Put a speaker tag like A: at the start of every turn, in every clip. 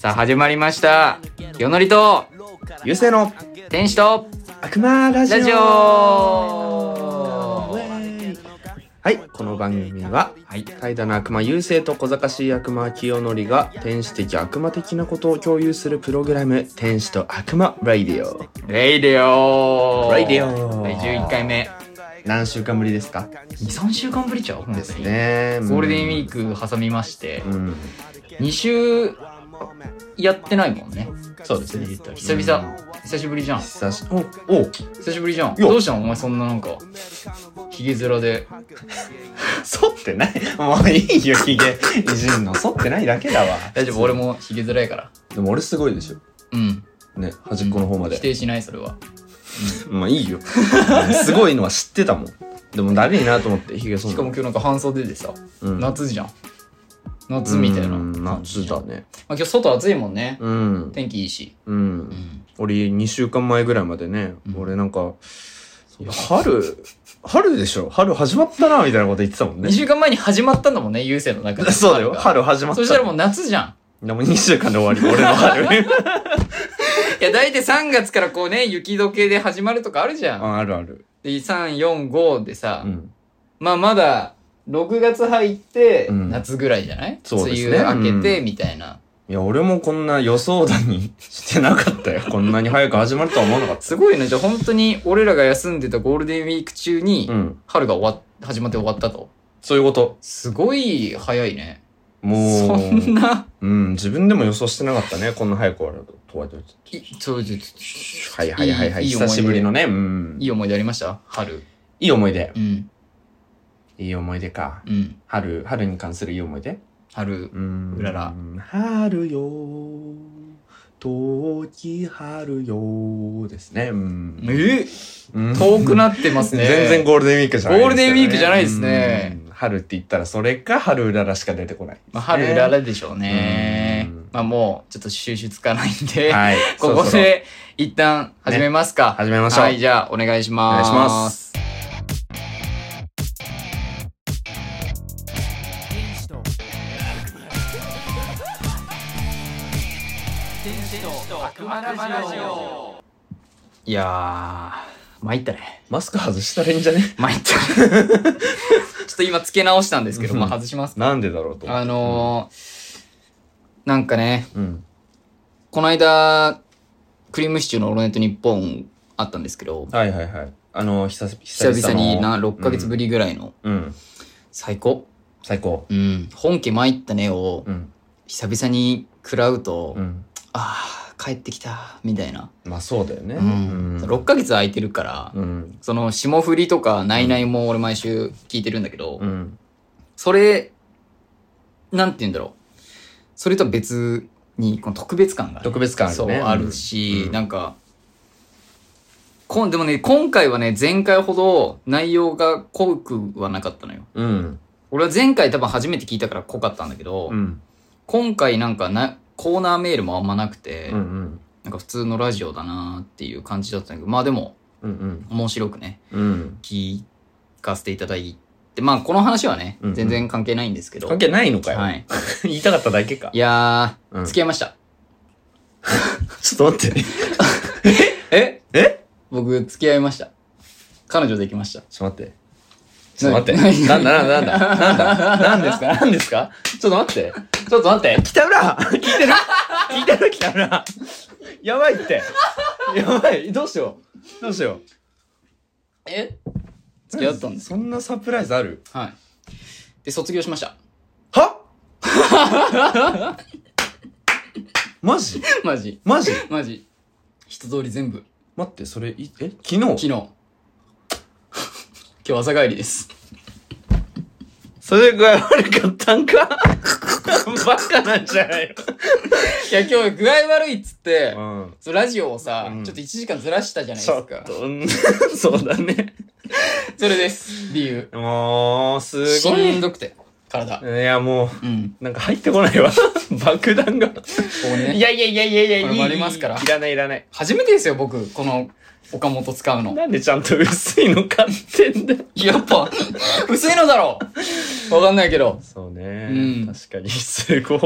A: さあ始まりましたよのりと
B: ゆうせいの
A: 天使と
B: 悪魔ラジオ
A: ラジオ
B: はい、この番組は、
A: はい
B: 怠惰な悪魔優勢と小賢しい悪魔清則が天使的悪魔的なことを共有するプログラム天使と悪魔ラディオ
A: レイデオ
B: レイデオ
A: 第11回目
B: 何週間ぶりですか
A: 23週間ぶりちゃう
B: ですね
A: ゴールデンウィ
B: ミ
A: ーク挟みまして
B: うん
A: 2週やってないもんね
B: そうですね言ったら
A: 久々久しぶりじゃん
B: 久しおお
A: 久しぶりじゃん
B: よ
A: どうしたのお前そんななんかひげ面で
B: 剃ってないもういいよひげいじんの剃ってないだけだわ
A: 大丈夫俺もひげ面やから
B: でも俺すごいでしょ
A: うん
B: ね端っこの方まで
A: 否定しないそれは
B: まあいいよ。 すごいのは知ってたもん。でもだるいなと思って、ヒゲ剃
A: し
B: る
A: かも
B: の
A: 今日なんか半袖でさ
B: うん
A: 夏じゃん夏みたいな
B: うん
A: 感じ
B: 夏だね。
A: まあ、今日外暑いもんね、
B: うん。
A: 天気いいし、
B: うん。俺、2週間前ぐらいまでね、
A: うん
B: 俺なんか、いや春、春でしょ春始まったな、みたいなこと言ってたもんね
A: 2。週間前に始まったんだもんね優勢の中で
B: そうだよ。
A: 春が
B: 春始まった。
A: そしたらもう夏じゃん
B: でも2週間で終わり、俺の春。
A: いや大体3月からこうね雪解けで始まるとかあるじゃん、
B: ああるある。
A: で345でさ、
B: うん。
A: まあまだ6月入って
B: うん
A: 夏ぐらいじゃない、
B: そうですね
A: 梅雨明けてみたいな、
B: いや、俺もこんな予想だにしてなかったよ。こんなに早く始まるとは思わなかった
A: す。ごいねじゃあ本当に俺らが休んでたゴールデンウィーク中に
B: うん。
A: 春が終わっ始まって終わったと
B: そういうこと。
A: すごい早いね
B: も。
A: そうんな
B: うん、自分でも予想してなかったね。こんな早く終わるとは。
A: いちょちょちょ
B: はいはいはいはい。
A: いいいい思い出
B: 久しぶりのね。うん。
A: いい思い出ありました春
B: いい思い出。
A: うん
B: いい思い出か。
A: うん
B: 春、春に関するいい思い出
A: 春
B: うん
A: うらら。
B: 春よ遠き春よですね。うん。
A: え
B: うん
A: 遠くなってますね
B: 全然ゴールデンウィークじゃないですよね。
A: ゴールデンウィークじゃないですね
B: うん。春って言ったらそれか春うららしか出てこない。
A: まあ、春うららでしょうね
B: うん
A: まあもうちょっと収集つかないんで、。
B: はい
A: ここ
B: そろそろ
A: で一旦始めますか、
B: 始めましょう。
A: はいじゃあお願いし
B: お願
A: ま
B: い
A: す
B: します。
A: いやー参ったね
B: マスク外したらいいんじゃね
A: 参ったち ょっと今付け直したんですけど、まあ、外します
B: なんでだろうと思って。
A: あのーなんかね
B: うん。
A: この間クリームシチューの「オールナイトニッポン」あったんですけど
B: はいはいはい。あの、久々
A: 久々にな
B: の
A: 6ヶ月ぶりぐらいの、
B: うん。うん
A: 最高
B: 最高。
A: うん本家参ったねを
B: うん。
A: 久々に食らうと、
B: うん。
A: あー帰ってきたみたいな、
B: まあそうだよね。
A: うん6ヶ月空いてるから、
B: うん。
A: その霜降りとかナイナイも俺毎週聞いてるんだけど、
B: うん。
A: それなんて言うんだろうそれとは別にこの特別感がある
B: 特別感あるね。
A: そうあるし、
B: うん
A: なんかこんでもね今回はね前回ほど内容が濃くはなかったのよ
B: うん。
A: 俺は前回多分初めて聞いたから濃かったんだけど、
B: うん。
A: 今回なんかなコーナーメールもあんまなくて、
B: うん。うん。
A: なんか普通のラジオだなーっていう感じだったんだけどまあでも
B: うん。
A: 面白くね
B: うん。
A: 聞かせていただいてまあこの話はね、
B: うんうん
A: 全然関係ないんですけど
B: 関係ないのか
A: は
B: よ。
A: い、
B: 言いたかっただけか
A: い。やー、
B: うん
A: 付き合いました
B: ちょっと待って。
A: え
B: え
A: 僕付き合いました彼女できました
B: ちょっと待って。ちょっと待
A: 何
B: って。なんだなんだなん だなんだなんですかなんですかちょっと待って。ちょっと待って。北浦聞いてる聞いてる北浦やばいって。やばい。どうしよう。どうしよう。
A: え付き合ったんです
B: そんなサプライズある
A: はいで卒業しました
B: はマジ
A: マジ
B: マジ
A: マジ一通り全部
B: 待ってそれいえ昨
A: 昨日
B: 日
A: 今日朝帰りです
B: それ具合悪かったんか バカなんじゃない
A: いや今日具合悪いっつって
B: うん
A: そうラジオをさ、
B: うん
A: ちょっと1時間ずらしたじゃない
B: ち
A: で
B: ょ
A: す
B: っ
A: か
B: とうん そうだね
A: それです理由
B: もうすご
A: し
B: い
A: んどくて体。
B: いや、も
A: うん。
B: う、なんか入ってこないわ。 爆弾が。
A: こうね。
B: いやいやいやいやいや、い
A: こ
B: い
A: れ
B: いい。
A: もありますから
B: いらないいらない。
A: 初めてですよ、僕。この、岡本使うの。
B: なんでちゃんと薄いの買ってんだよ。
A: やっぱ、 薄いのだろうわかんないけど。
B: そうね。
A: うん
B: 確かに、すご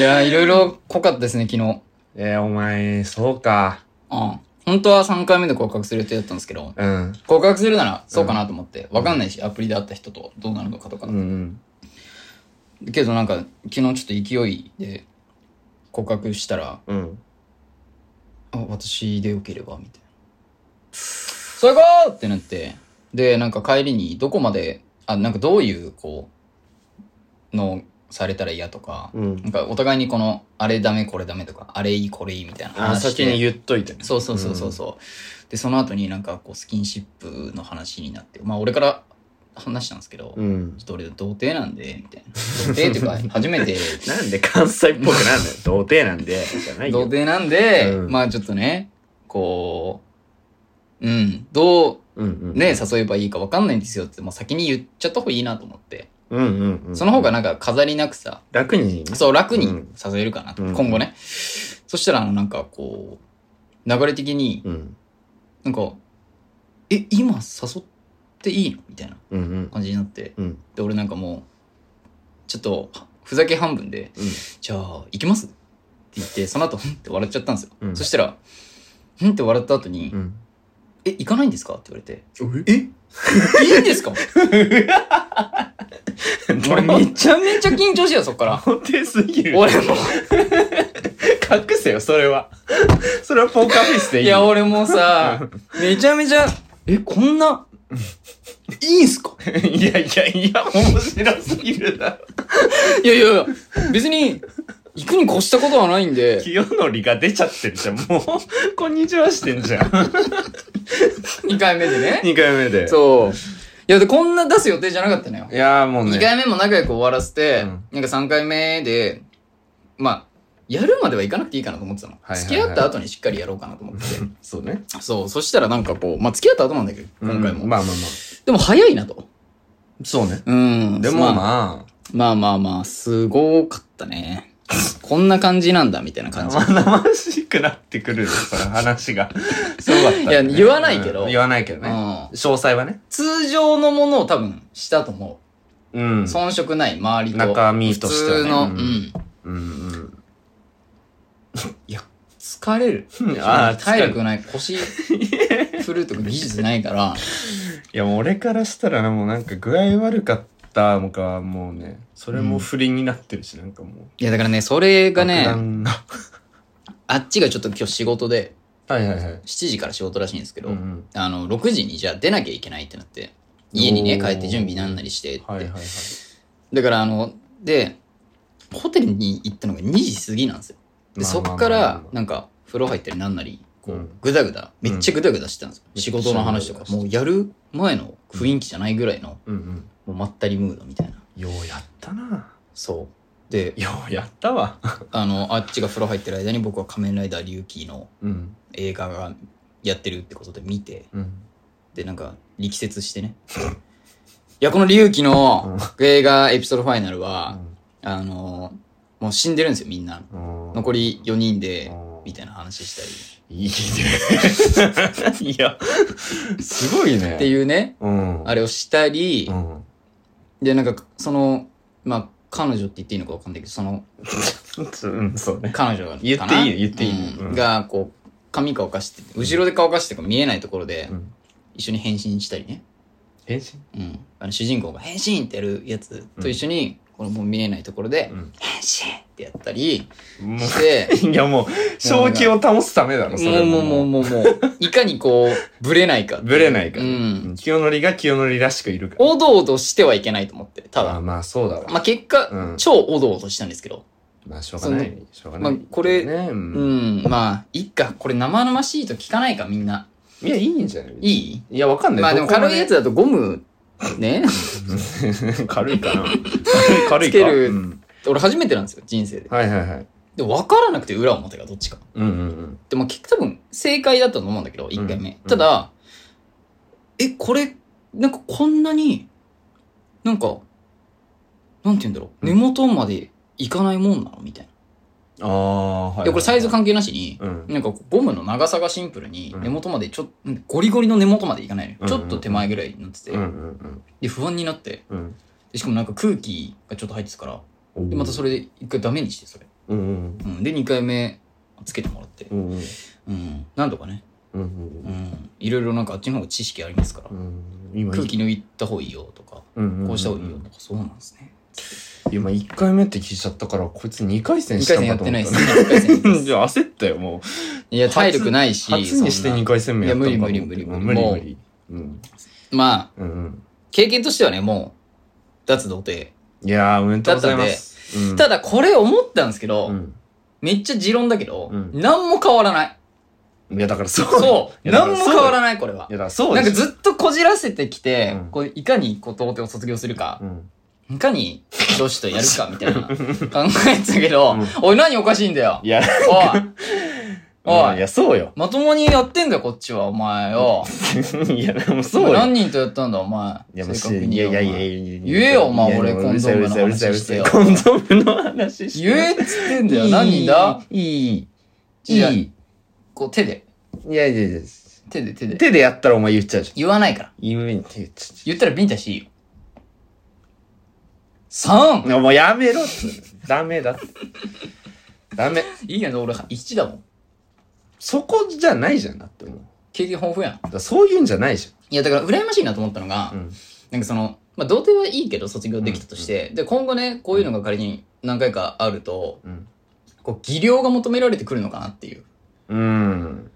A: いやー、いろいろ濃かったですね、昨日。
B: えー、お前、そうか。
A: うん。本当は3回目で告白する予定だったんですけど、
B: うん。
A: 告白するならそうかなと思って、わかんないし、アプリで会った人とどうなるのかとか
B: うんう。ん。
A: けどなんか、昨日ちょっと勢いで告白したら、
B: うん。
A: あ、私でよければ、みたいな。そういうこってなって、で、なんか帰りにどこまで、あ、なんかどういう、こう、のされたら嫌とか、
B: うん
A: なんかお互いにこの、あれダメ、これダメとか、あれいい、これいいみたいな
B: あ、
A: 話して。
B: 先に言っといて。
A: そうそうそうそうそう、で、その後になんかこう、スキンシップの話になって、まあ俺から話したんですけど、ちょ
B: うん。
A: っと俺童貞なんで、み たいな。童貞っていうか、初めて、
B: なんで関西っぽくなんだよ。童貞なんで。じゃない
A: 童
B: よ。
A: 貞なんで、
B: うん
A: まあちょっとね、こう、うん、ど
B: うんうん。
A: うね、誘えばいいか分かんないんですよって、もう先に言っちゃった方がいいなと思って、
B: うんうんうん。
A: その方がなんか飾りなくさ、
B: 楽に。
A: そう楽に
B: うん
A: 誘えるかなと、
B: うん
A: 今後ね。そしたら、あのなんかこう、流れ的に、
B: うん。
A: なんか、え、今誘っていいのみたいな
B: うんうん。
A: 感じになって、
B: うん。
A: で、俺なんかもう、ちょっと、ふざけ半分で、
B: うん。
A: じゃあ、行きますって言って、その後、ふんって笑っちゃったんですよ。
B: うん
A: そしたら、ふんって笑った後に、
B: うん。
A: え、行かないんですかって言われて、
B: え
A: いいんです か俺めちゃめちゃ緊張してたよ、そっから。
B: 童貞すぎ る。
A: 俺も、
B: 隠せよ、それは。それはポーカーフェイスでい
A: い
B: い。
A: や、俺も さ、めちゃめちゃ、え、こんな、いいんすか
B: いやいやいや、面白すぎるな。
A: いやいやいや、別に、行くに越したことはないんで、
B: 清則が出ちゃってるじゃん。もう、こんにちはしてんじゃん。
A: 2回目でね。
B: 2回目で。
A: そう。いや、で、こんな出す予定じゃなかったのよ。
B: いやーもうね。
A: 2回目も仲良く終わらせて、
B: うん
A: なんか3回目で、まあ、やるまでは行かなくていいかなと思ってたの。
B: はいはいはい
A: 付き合った後にしっかりやろうかなと思ってて。
B: そうね。
A: そう、そしたらなんかこう、まあ付き合った後なんだけど、今回も。
B: うんまあまあま
A: でも早いなと。
B: あ。そうね。
A: うん。
B: でも
A: まあ、
B: まあ、
A: まあまあまあ、すごかった ね。こんな感じなんだ、みたいな感じ。
B: 生々しくなってくるよ、それ話が。そうだったね、
A: いや言わないけど
B: うん言わないけどね。
A: うん
B: 詳細はね。
A: 通常のものを多分したと思
B: うん
A: う。。遜色ない、周りと。
B: 中身と
A: 普
B: してはね
A: 通の、う
B: うん
A: ん。
B: うんうん。
A: 疲れる。
B: ああ、
A: 体
B: い
A: 力ない。腰、振るとか技術ないから。
B: や、もう俺からしたらね、もうなんか具合悪かったのか、もうね、それも不倫になってるし、なんかもう。
A: いや、だからね、それがね、
B: 爆弾が
A: あっちがちょっと今日仕事で、
B: はいはいはい。
A: 7時から仕事らしいんですけど、
B: うんうん
A: あの、6時にじゃあ出なきゃいけないってなって、家にね、
B: お
A: 帰
B: ー
A: って準備なんなりしてって、
B: はいはいはい。
A: だから、あの、で、ホテルに行ったのが2時過ぎなんですよ。で、
B: まあま
A: そ
B: あまあ
A: っから、なんか、風呂入ったりなんなり、こ
B: う、
A: うんぐだぐだ、めっちゃぐだぐだしてたんですよ。
B: うん
A: 仕事の話とか
B: めっ、ちゃ
A: もうやる前の雰囲気じゃないぐらいの、
B: うんうん。
A: もうまったりムードみたいな。
B: ようやったな。
A: そう。で、
B: ようやったわ。
A: あの、あっちが風呂入ってる間に僕は仮面ライダー龍騎の
B: うん。
A: 映画がやってるってことで見て、
B: うん。
A: で、なんか、力説してね。 いや、この龍騎の映画エピソードファイナルは、あのーもう死んでるんですよ、みんな。残
B: 残
A: り4人で
B: うん、
A: みたいな話したり。
B: いいね。 いや、すごいね。
A: って
B: う。
A: いうね、
B: うん。
A: あれをしたり
B: う、ん。
A: で、なんか、その、まあ、彼女って言っていいのかわかんないけど、その、
B: うん、そうね。
A: 彼女が、
B: 言っていいよ言っていいよ
A: うん
B: うん
A: が、こう、髪乾かしてて、後ろで乾かしてても見えないところで、
B: うん
A: 一緒に変身したりね。
B: 変身
A: うん。あの、主人公が変身ってやるやつと一緒に、このもう見えないところで、変身ってやった り
B: も
A: して、
B: う、いやもう、正気を保つためだろ、そ
A: も
B: れ
A: うもうもう
B: う。
A: もうもう、いかにこう、ぶれないか。
B: ぶれないから。
A: うん。
B: 清則が清則らしくいるから。
A: おどおどしてはいけないと思って、た
B: まあ
A: だ。
B: まあ、そうだわ。
A: まあ結果、
B: うん
A: 超おどおどしたんですけど。
B: まあ、しょうがない。しょうがない。
A: まあこれ
B: ね。
A: う
B: う
A: んん、まあ、いっか。これ生々しいと聞かないか、みんな。
B: いや、いいんじゃない
A: い
B: い
A: い
B: や、わかんない。
A: まあでも
B: どこ
A: 軽いやつだとゴム、ね。
B: で。 軽いかな。軽い軽いか。
A: つける
B: うん
A: 俺初めてなんですよ、人生で。
B: はいはいはい。
A: で、分からなくて裏表がどっちか。
B: うんうん
A: でも結局多分正解だったと思うんだけど、1回目。ただ、え、これ、なんかこんなに、なんか、なんて言うんだろう、
B: うん
A: 根元までいかないもんなのみたいな。
B: ああ、はい。
A: で、これサイズ
B: か。
A: 関係なしに、
B: うん。
A: なんかこうゴムの長さがシンプルに
B: うん
A: 根元までちょっと、ゴリゴリの根元までいかないのよ、
B: うん
A: ちょっと手前ぐらいになってて、
B: うんうん
A: で、不安になって、
B: うん
A: でしかもなんか空気がちょっと入ってたから、
B: うん。
A: で、またそ
B: れ。
A: れで一回ダメにして、それ。
B: うんうん
A: うん。で、二回目つけてもらって
B: う、ん。うん
A: うん。なんとかね、
B: うんう
A: うんん。いろいろなんかあっちの方が知識ありますから
B: う、ん。今
A: 空気抜いた方がいいよとか、
B: こ
A: こうした方がいいよとか、そうなんですね。
B: 今1回目って聞いちゃったからこいつ2回戦
A: 二
B: した
A: 回
B: の
A: 戦や
B: か
A: っ
B: と
A: てな
B: 思っ
A: いです。二
B: た
A: 回戦やってない
B: ね
A: です
B: いや焦ったよも
A: いや、体力ないし、
B: う初にして
A: そんな
B: 2回戦目やったのかと思った
A: いや無理無理無理無
B: 無
A: 理
B: 理無理うん
A: まあ、
B: うんうん
A: 経験としてはね、もう、脱童貞。
B: いやーおめでとうございますうん
A: ただ、これ思ったんですけど、
B: うん
A: めっちゃ持論だけど、
B: うん
A: 何も変わらない。
B: いやだからそう
A: そう。
B: いやだか
A: 何
B: ら
A: も
B: そう。
A: 変わらない、これはい
B: やだからそう
A: なんか
B: っ
A: ずっとこじらせてきて、
B: うん
A: こういかにこう童貞を卒業するか、いかに女子とやるかみたい な考えてたけど、
B: うん
A: おい、何おかしいんだよ。
B: いや
A: おい、おい
B: うんいやそうよ
A: まともにやってんだよ、こっちは、お前よ。
B: いやでも そうよ
A: 何人とやったんだ、お前。
B: いやもうし
A: 正確に
B: いやいやいや
A: お前
B: いや
A: 言えよお前俺
B: いやうるさいうるさいうるさいうるさい
A: コ
B: コ
A: ン
B: ンドームの話して
A: 言えっつってんだよ、何人だ
B: いいい
A: い
B: い
A: や
B: いい
A: こう手で、
B: いやいやいや
A: 手で手で。
B: 手でやったらお前言っちゃうじゃん。
A: 言わないから。
B: 言って言っち
A: 言ったらビンタしていいよ。3!
B: ゃう。もうやめろっつうのダメだって。ダメ。
A: いいやん、俺1だもん。
B: そこじゃないじゃんだってもう。
A: 経験豊富やん。
B: だからそういうんじゃないじ
A: いや、だから羨ましいなと思ったのが、
B: ゃん。うん。
A: なんかその、まあ、童貞はいいけど卒業できたとして、で、今後ね、こういうのが仮に何回かあると、
B: うん。
A: こう、技量が求められてくるのかなっていう。
B: うん。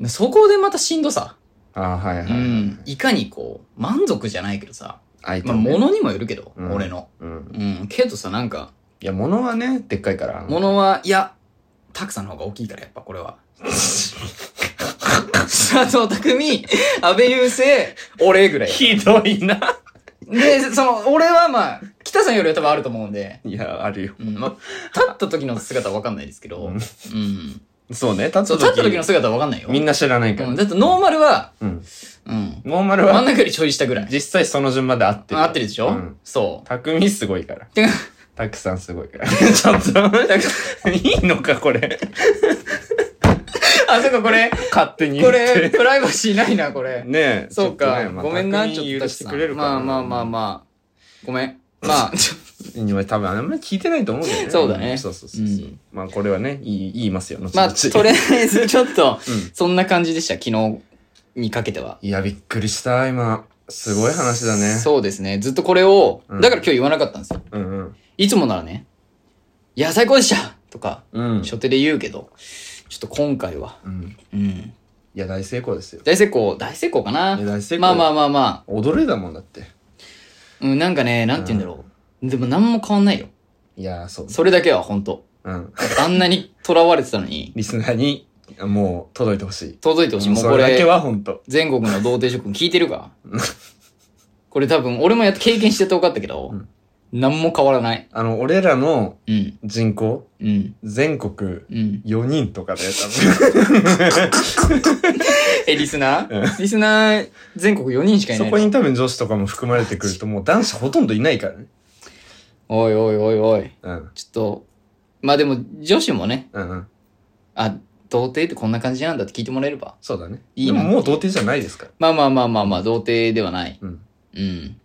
A: でそこでまたしんどさ。
B: あーはいはいうはい
A: ん。。いかにこう、満足じゃないけどさ。
B: 相手
A: まあ、
B: もね。
A: 物にもよるけど、
B: うん
A: 俺の。
B: うん。
A: うん。けどさ、なんか、
B: いや、物はね、でっかいから。
A: 物は、いや、たくさんの方が大きいから、やっぱこれは。 佐藤匠、安倍雄生、俺ぐらい。
B: ひどいな。
A: で、その、俺はまあ、北さんよりは多分あると思うんで、
B: いや、あるよ。
A: うん、まあ、立った時の姿は分かんないですけど、
B: う
A: うんん。
B: そうね。立った
A: そう、
B: 時
A: 立った時の姿は分かんないよ。
B: みんな知らないか
A: う
B: ら
A: ん、。だってノーマルは、
B: うん。
A: うん。
B: ノーマル
A: 真ん
B: は、
A: 中よりちょい 下ぐらい。
B: 実際その順番で合ってる。
A: あ合ってるでしょ、
B: うん
A: そ
B: 匠すごいから。
A: う。てか、
B: たくさんすごいから。ちょっと、 いいのか、こ れ。
A: あ、そうか、これ、
B: 勝手に
A: こ
B: 言って
A: れ、。プライバシーないな、これ。
B: ねえ。
A: そう
B: ちょっと
A: か、
B: ねまあ
A: ごめんな、
B: 匠
A: ちょっ
B: に
A: と
B: 許してくれるかな。
A: まあまあまあまあ。ごめ ん。まあ、ちょ
B: あ。多分あんまり聞いてないと思うけどね。
A: そうだね
B: そうそうそうそう
A: うん
B: まあこれはね、言い言いますよ。後々
A: ま あ、とりあえず、ちょっと、
B: うん
A: そんな感じでした、昨日にかけては。
B: いや、びっくりした、今。すごい話だね。
A: そうですね。ずっとこれを、
B: うん
A: だから今日言わなかったんですよ。
B: うんうん。
A: いつもならね、いや、最高でしたとか、
B: うん。
A: 初手で言うけど、ちょっと今回は、
B: うん。
A: うん。
B: いや、大成功ですよ。
A: 大成功、大成功かない
B: や、大成功。
A: まあまあ
B: あ。
A: まあま
B: 踊れだもんだって。
A: あ、うん、なんかね、なんて言うんだろう。でも何も変わんないよ。
B: いや、そう。
A: それだけは本当
B: うん。
A: あんなに囚われてたのに、
B: リスナーに、もう、届いてほしい。
A: 届いてほしい。もう
B: そ
A: こ
B: れだけ
A: れ、
B: は本当。
A: 全国の童貞諸君聞いてる かこれ多分、俺もやっと経験してて分かったけど
B: うん、
A: 何も変わらない。
B: あの、俺らの
A: うん、
B: 人口、
A: うん、
B: 全国
A: うん。
B: 4人とかで、
A: え、リスナ
B: う
A: ーリスナー、全国4人しか
B: 多
A: いない
B: 分。そ
A: の。
B: こに多分女子とかも含まれてくると、もう男子ほとんどいないからね。
A: おいおいおいおい。
B: うん。
A: ちょっと、まあでも、女子もね、
B: うんうん。
A: あ、童貞ってこんな感じなんだって聞いてもらえれば。
B: そうだね。
A: いい
B: で
A: な
B: ももう童貞じゃないですから。
A: まあまあまあまあまあ、童貞ではない。
B: うん。
A: うん。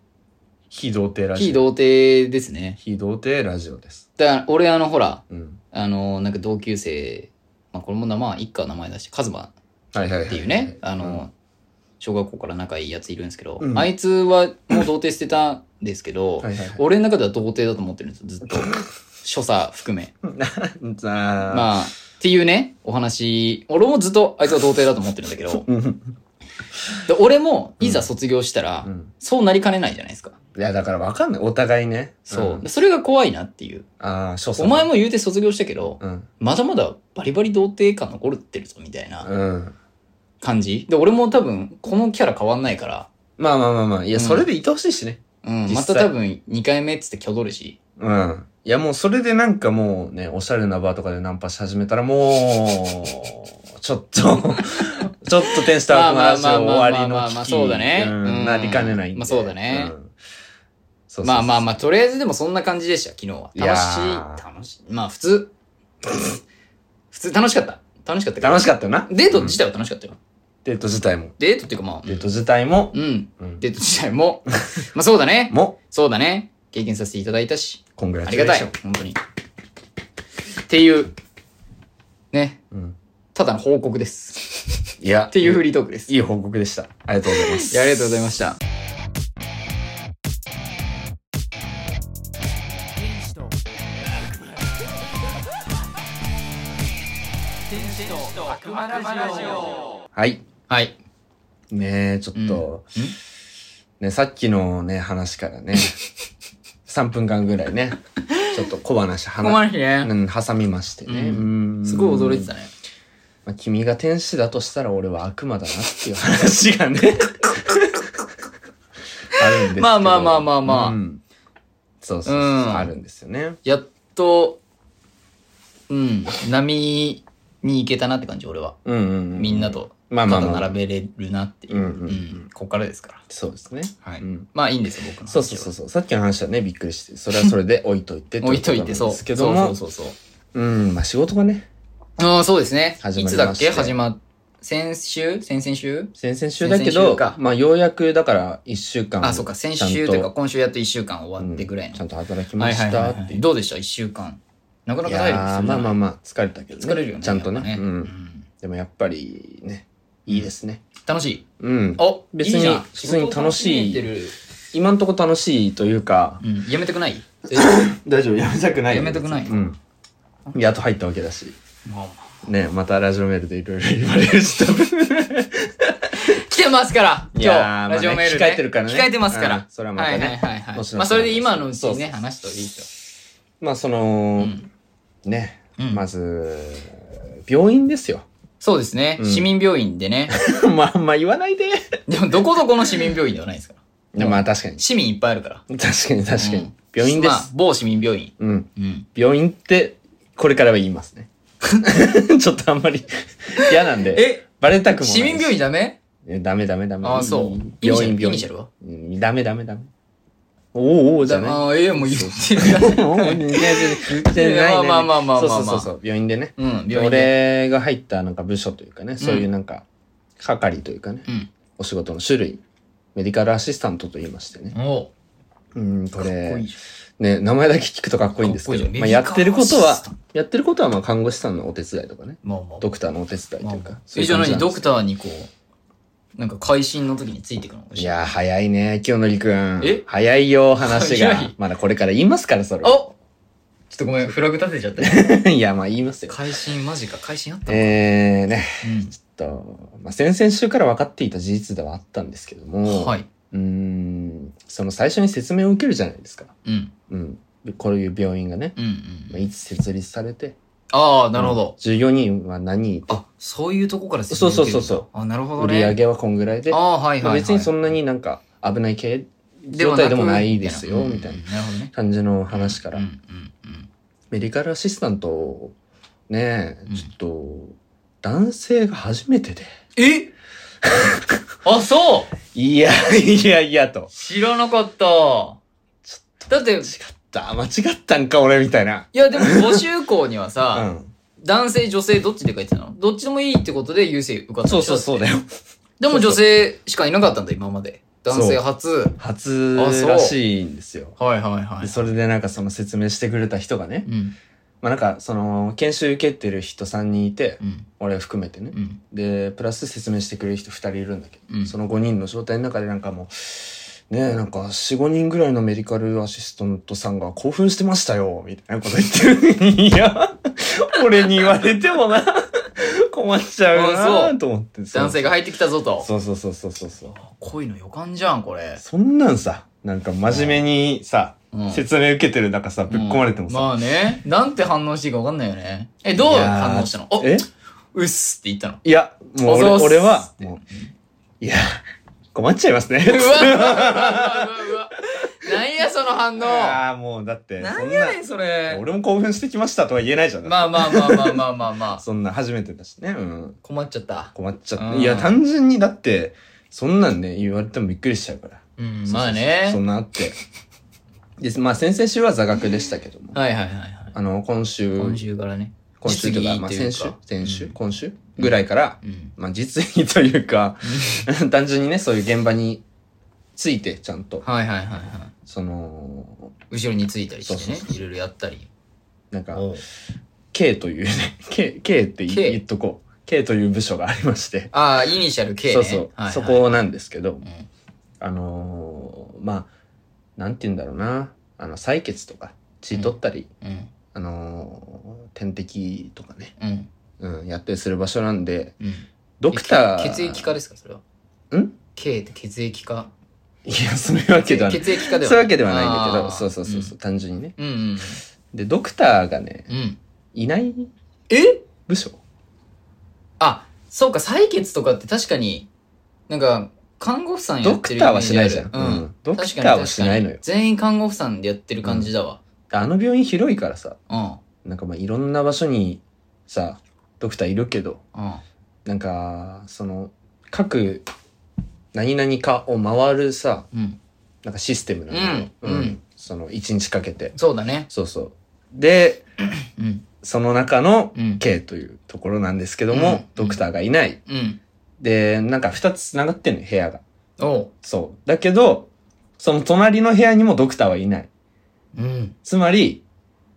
B: 非童貞ラジオ。
A: 非童貞ですね。
B: 非童貞ラジオです。
A: だから、俺あの、ほら、
B: うん。
A: あの、なんか同級生、まあこれも名前、一家名前だし、カズマっ
B: はいはいはい。って
A: いうね、あの、、小学校から仲いいやついるんですけど、
B: うん
A: あいつはもう童貞してたんですけど、
B: はいはいはい。
A: 俺の中では童貞だと思ってるんですよ、ずっ と。所作含め。
B: なあ。
A: まあ、っていうね、お話、俺もずっとあいつは童貞だと思ってるんだけど、
B: うん。
A: で俺もいざ卒業したら、
B: うん
A: そうなりかねないじゃないですか。
B: いや、だからわかんない。お互いね。
A: そう。
B: ん
A: でそれが怖いなっていう。
B: ああ、所
A: お
B: 作。
A: 前も言うて卒業したけど、
B: うん。
A: まだまだバリバリ童貞感残ってるぞみたいな
B: うん。
A: 感じ。で、俺も多分このキャラ変わんないから、
B: まあまあまあまあ。いや、
A: うん
B: それでいてほしいしね。
A: うん、
B: 実
A: また
B: 際
A: 多分2回目っつって挙取るし、
B: うん。いや、もうそれでなんかもうね、おしゃれなバーとかでナンパし始めたらもう、ちょっと、 ちょっとテンスタートの話終わりの
A: まあまあまあまあ
B: 危機
A: まあまあそうだね
B: う
A: うん
B: んなりかねないんで。
A: まあそうだね
B: ん。そうそうそう
A: まあまあまあ、とりあえずでもそんな感じでした、昨日は。
B: いや
A: 楽し
B: ー
A: い、楽しい。まあ普通。 普通楽しかった。楽しかったけど
B: 楽しかったよな。
A: デート自体は楽しかったよ。
B: デート自体も。
A: デートっていうかまあ、
B: デート自体も。
A: うん。
B: うん
A: デート自体 も。まあそうだね。
B: も、
A: そうだね。経験させていただいたし。
B: こんぐらい
A: ありがたい。本当に。っていう、ね。
B: うん。
A: ただの報告です。
B: いや。
A: っていうフリートークです。
B: いい報告でした。ありがとうございます。
A: いやありがとうございました。
B: はい。
A: はい。
B: ねえ、ちょっと、ね、さっきのね、話から ね、3分間ぐらいね、ちょっと小話、
A: ここま
B: 話、
A: でね。
B: うん、挟みましてね。
A: う
B: うん
A: すごい驚いてたね。
B: まあ、君が天使だとしたら俺は悪魔だなっていう 話がねあるんですけど
A: まあまあまあまあまあ
B: うんそうそうそう、
A: うん
B: あるんですよね
A: やっと、うん、波に行けたなって感じ、俺は。
B: うんうん、う
A: みんなと、
B: まあまあ
A: 肩
B: まあ
A: 並べれるなっていう。
B: うんうんうん
A: こっからですから。
B: そうですね
A: はい
B: うん
A: まあいいんですよ、僕の話は。
B: そうそうそうそうさっきの話はねびっくりしてそれはそれで置いといて
A: 置いといて、
B: そ
A: そうう。
B: ですけども
A: そうそうそうそう。
B: うんまあ仕事がね
A: ああ、そうですね。
B: 始
A: い
B: ま
A: つ
B: りまして
A: だっけ始まっ、先週先々週
B: 先々週だけ
A: 先々
B: ど
A: 週か
B: まあようやくだから1週間
A: あ、そうか。先週というか、今週やっと1週間終わってぐらい
B: うん
A: の。
B: ちゃんと働きましたっていう、
A: はいはいはいはいどうでした ?1 週間。なかないか体力
B: やー
A: 必要
B: まあ
A: じ
B: ま
A: ゃ
B: あ
A: ない
B: まあ疲れたけどね
A: 疲れるよね。
B: ちゃんとね
A: やっぱ
B: うんでもやっぱりね、いいですね。
A: 楽しい。
B: うん。
A: お
B: 別
A: 別に、い
B: に
A: いじゃん
B: 普通
A: 仕
B: に楽しい
A: 事を楽しめてる
B: 今んとこ楽しいというか、
A: うん、やめたくない
B: 大丈夫、やめたくな
A: やめたくない
B: うん。やっと入ったわけだし。
A: も
B: ね、またラジオメールでいろいろ言われるし、 多
A: う
B: 分。
A: 来てますから
B: い
A: 今
B: やー
A: 日ラジオメール、
B: まあね控えてるからね
A: 控えてますか
B: うん
A: ら
B: それはまたね
A: はいはいはい、は
B: もち
A: い、
B: ろん
A: まあそれで今のうち
B: そう
A: に
B: そう
A: ね話すといいです
B: まあ、そ
A: よ、
B: の
A: う、ん、
B: ね、
A: うん
B: まず、病院ですよ。
A: そうですね、
B: うん
A: 市民病院で ね
B: まあ、まあ言わないで。
A: でもどこどこの市民病院ではないですから
B: まあ確かに。
A: 市民いっぱいあるから
B: 確かに確か
A: う
B: に
A: ん。
B: 病院で
A: まあ
B: す。
A: 某市民病院
B: うん。
A: うん
B: 病院って、これからは言いますね。 ちょっとあんま り嫌なんで。
A: え
B: バレたくもないし。
A: 市民病院ダメ
B: えダメダメダメ。
A: ああそうイニシ
B: 病
A: ャ
B: 院
A: ルイ
B: 病
A: ニシャ
B: 院。
A: ルは
B: うんダメダメダメ。おうおうじゃない。
A: ああええもう言ってるから
B: おうおういやいやいや言ってないね
A: まあまあまあまあまあまあ
B: そうそうそうそう。病院でね。
A: うん病院で
B: 俺が入ったなんか部署というかね、そういうなんか、係というかね、
A: うん
B: お仕事の種類、メディカルアシスタントと言いましてね。
A: おう
B: うん、こ
A: かっこいい
B: れ、
A: じゃん
B: ね、名前だけ聞くとかっこいいんですけ
A: か
B: ど
A: っこい、い
B: まあ
A: じゃ
B: や
A: ん
B: ってること
A: メディカルアシ
B: は
A: スタン、
B: やってることはまあ看護師さんのお手伝いとかね、
A: まあまあ
B: ドクターのお手伝いというか。
A: え
B: そういう
A: じゃあ
B: 感じ
A: 何
B: なんです
A: ドクターにこうなんか会心の時についてくの
B: いやー、早いね、清則くん。
A: え
B: 早いよ、話
A: 早
B: が
A: い。
B: まだこれから言いますから、それ
A: お
B: は。
A: ちょっとごめんフラグ立てちゃったね
B: いや、まあ言います よ。
A: 会心マジか会心あったの
B: えー、ね、
A: う
B: えっと、まあ、先々週から分かっていた事実ではあったんですけど
A: ん
B: も、
A: はい
B: い、うーん、その最初に説明を受けるじゃないですか。
A: うん
B: うん。こういう病院がね、
A: うんう
B: まあ、
A: ん
B: いつ設立されて、
A: ああなるほど
B: 14人は何人いて、
A: あそういうとこから
B: そうそうそうそう
A: うあなるほど
B: 売り上
A: ね
B: げはこんぐらいで、
A: ああはいはい
B: まあ
A: はい
B: 別にそんなになんか危ない系状態でもないですよ、みたいな
A: ななるほどね
B: 感じの話から、
A: うんうんうん
B: メディカルアシスタントをね
A: うん
B: ちょっと、男性が初めてで。
A: え あそう
B: いや、いやいやと。
A: 知らなかっただって
B: 違った、間違ったんか俺みたいな。
A: いやでも募集校には
B: う
A: さ、
B: ん。
A: 男性女性どっちで書いてたのどっちでもいいってことで優勢受かった
B: そうそうそうだ よ。
A: うでも女性しかいなかったんだ今まで男性初
B: 初
A: あそう
B: らしいんですよ。
A: はいはいは
B: でそれでなんかその説明してくれた人がね、
A: うん
B: まあなんかその研修受けてる人3人いて、
A: うん
B: 俺含めてね
A: う。ん
B: で、プラス説明してくれる人2人いるんだけど、
A: うん
B: その5人の状態の中でなんかもう、ねえ、なんか4、5人ぐらいのメディカルアシスタントさんが興奮してましたよ、みたいなこと言ってる。い や、俺に言われてもな、困っちゃ
A: あ
B: う
A: そ
B: なと思って。そう
A: 男性が入ってきたぞと
B: そうそうそうそうそうそう。
A: 恋の予感じゃんこれ、
B: そんなんさ、なんか真面目にさ、
A: うん
B: 説明受けてる中さ、ぶっ込まれても
A: うん
B: さ、
A: まあねなんて反応していいか分かんないよねえどう
B: いやー
A: 反応したのお
B: え
A: うっすって言ったの
B: いや、もう俺
A: おそうっす
B: 俺は、もう、いや、困っちゃいますね。
A: うわうわうわうわなんやその反応な
B: ああ、もうだって、そ
A: ん
B: ん
A: や
B: な、
A: ねんそれ
B: 俺も興奮してきましたとは言えないじゃん。
A: まあまあまあまあまあまあまあ
B: そんな初めてだしね、うん。
A: 困っちゃった
B: 困っちゃっ
A: う
B: た。
A: ん
B: いや、単純にだって、そんなんね、言われてもびっくりしちゃうから。
A: うんまあね
B: そうそうそうそんなあって。です。まあ、先々週は座学でしたけども。
A: はいはいはいはい。
B: あの、今週、
A: 今週からね。
B: 今週と
A: 実
B: か、
A: 技
B: まあ、
A: という
B: 先
A: か
B: 週、先週、
A: うん
B: 今週ぐらいから、
A: うん。
B: まあ、実技とい うか、単純にね、そういう現場について、ちゃんと、
A: はいはいはいはい。
B: その、
A: 後ろについたりしてね
B: そう、
A: いろいろやったり。
B: なんか、
A: おう
B: K というね、K、K って言
A: K
B: 言っとこう。K という部署がありまして、
A: ああ、イニシャル K ね。
B: そうそう、
A: はいはい
B: そ。こなんですけど
A: う、ん
B: あのーまあ、なんて言うんだろうな、あの、採血とか、血取ったり、
A: うん。
B: あのー点滴とかね、
A: うん。
B: うん、やったりする場所なんで、
A: うん。
B: ドクター。
A: え血液科ですか、それは。
B: ん
A: ?K って血液科。
B: いや、そういうわけではない。
A: 血液科では
B: そういうわけではないんだけ
A: あ
B: ど、
A: ー
B: そうそうそうそう、単純にね。
A: うん。うん
B: で、ドクターがね、
A: うん。うん。
B: いない
A: え
B: 部署
A: あ、そうか、採血とかって確かに、なんか、看護婦さんや
B: ド
A: って
B: ク
A: る
B: ターはしないじゃん。
A: イメージあるうん。
B: ドク
A: 確か
B: タ
A: に
B: ーはしないのよ
A: 確。かに全員看護婦さんでやってる感じだわ。
B: あの病院広いからさ、
A: うん。
B: なんかまあいろんな場所にさ、ドクターいるけど、
A: うん。
B: なんか、その、各、何々かを回るさ、
A: うん。
B: なんかシステムなのよ。
A: うんうん
B: その、一日かけて。
A: そうだね。
B: そうそう。で、
A: うん。
B: その中の
A: うん。
B: K というところなんですけど
A: う
B: も、
A: ん
B: ドクターがいない。
A: うん。
B: で、なんか二つ繋がってんのよ、部屋が。
A: おう。
B: そう。だけど、その隣の部屋にもドクターはいない。
A: うん。
B: つまり、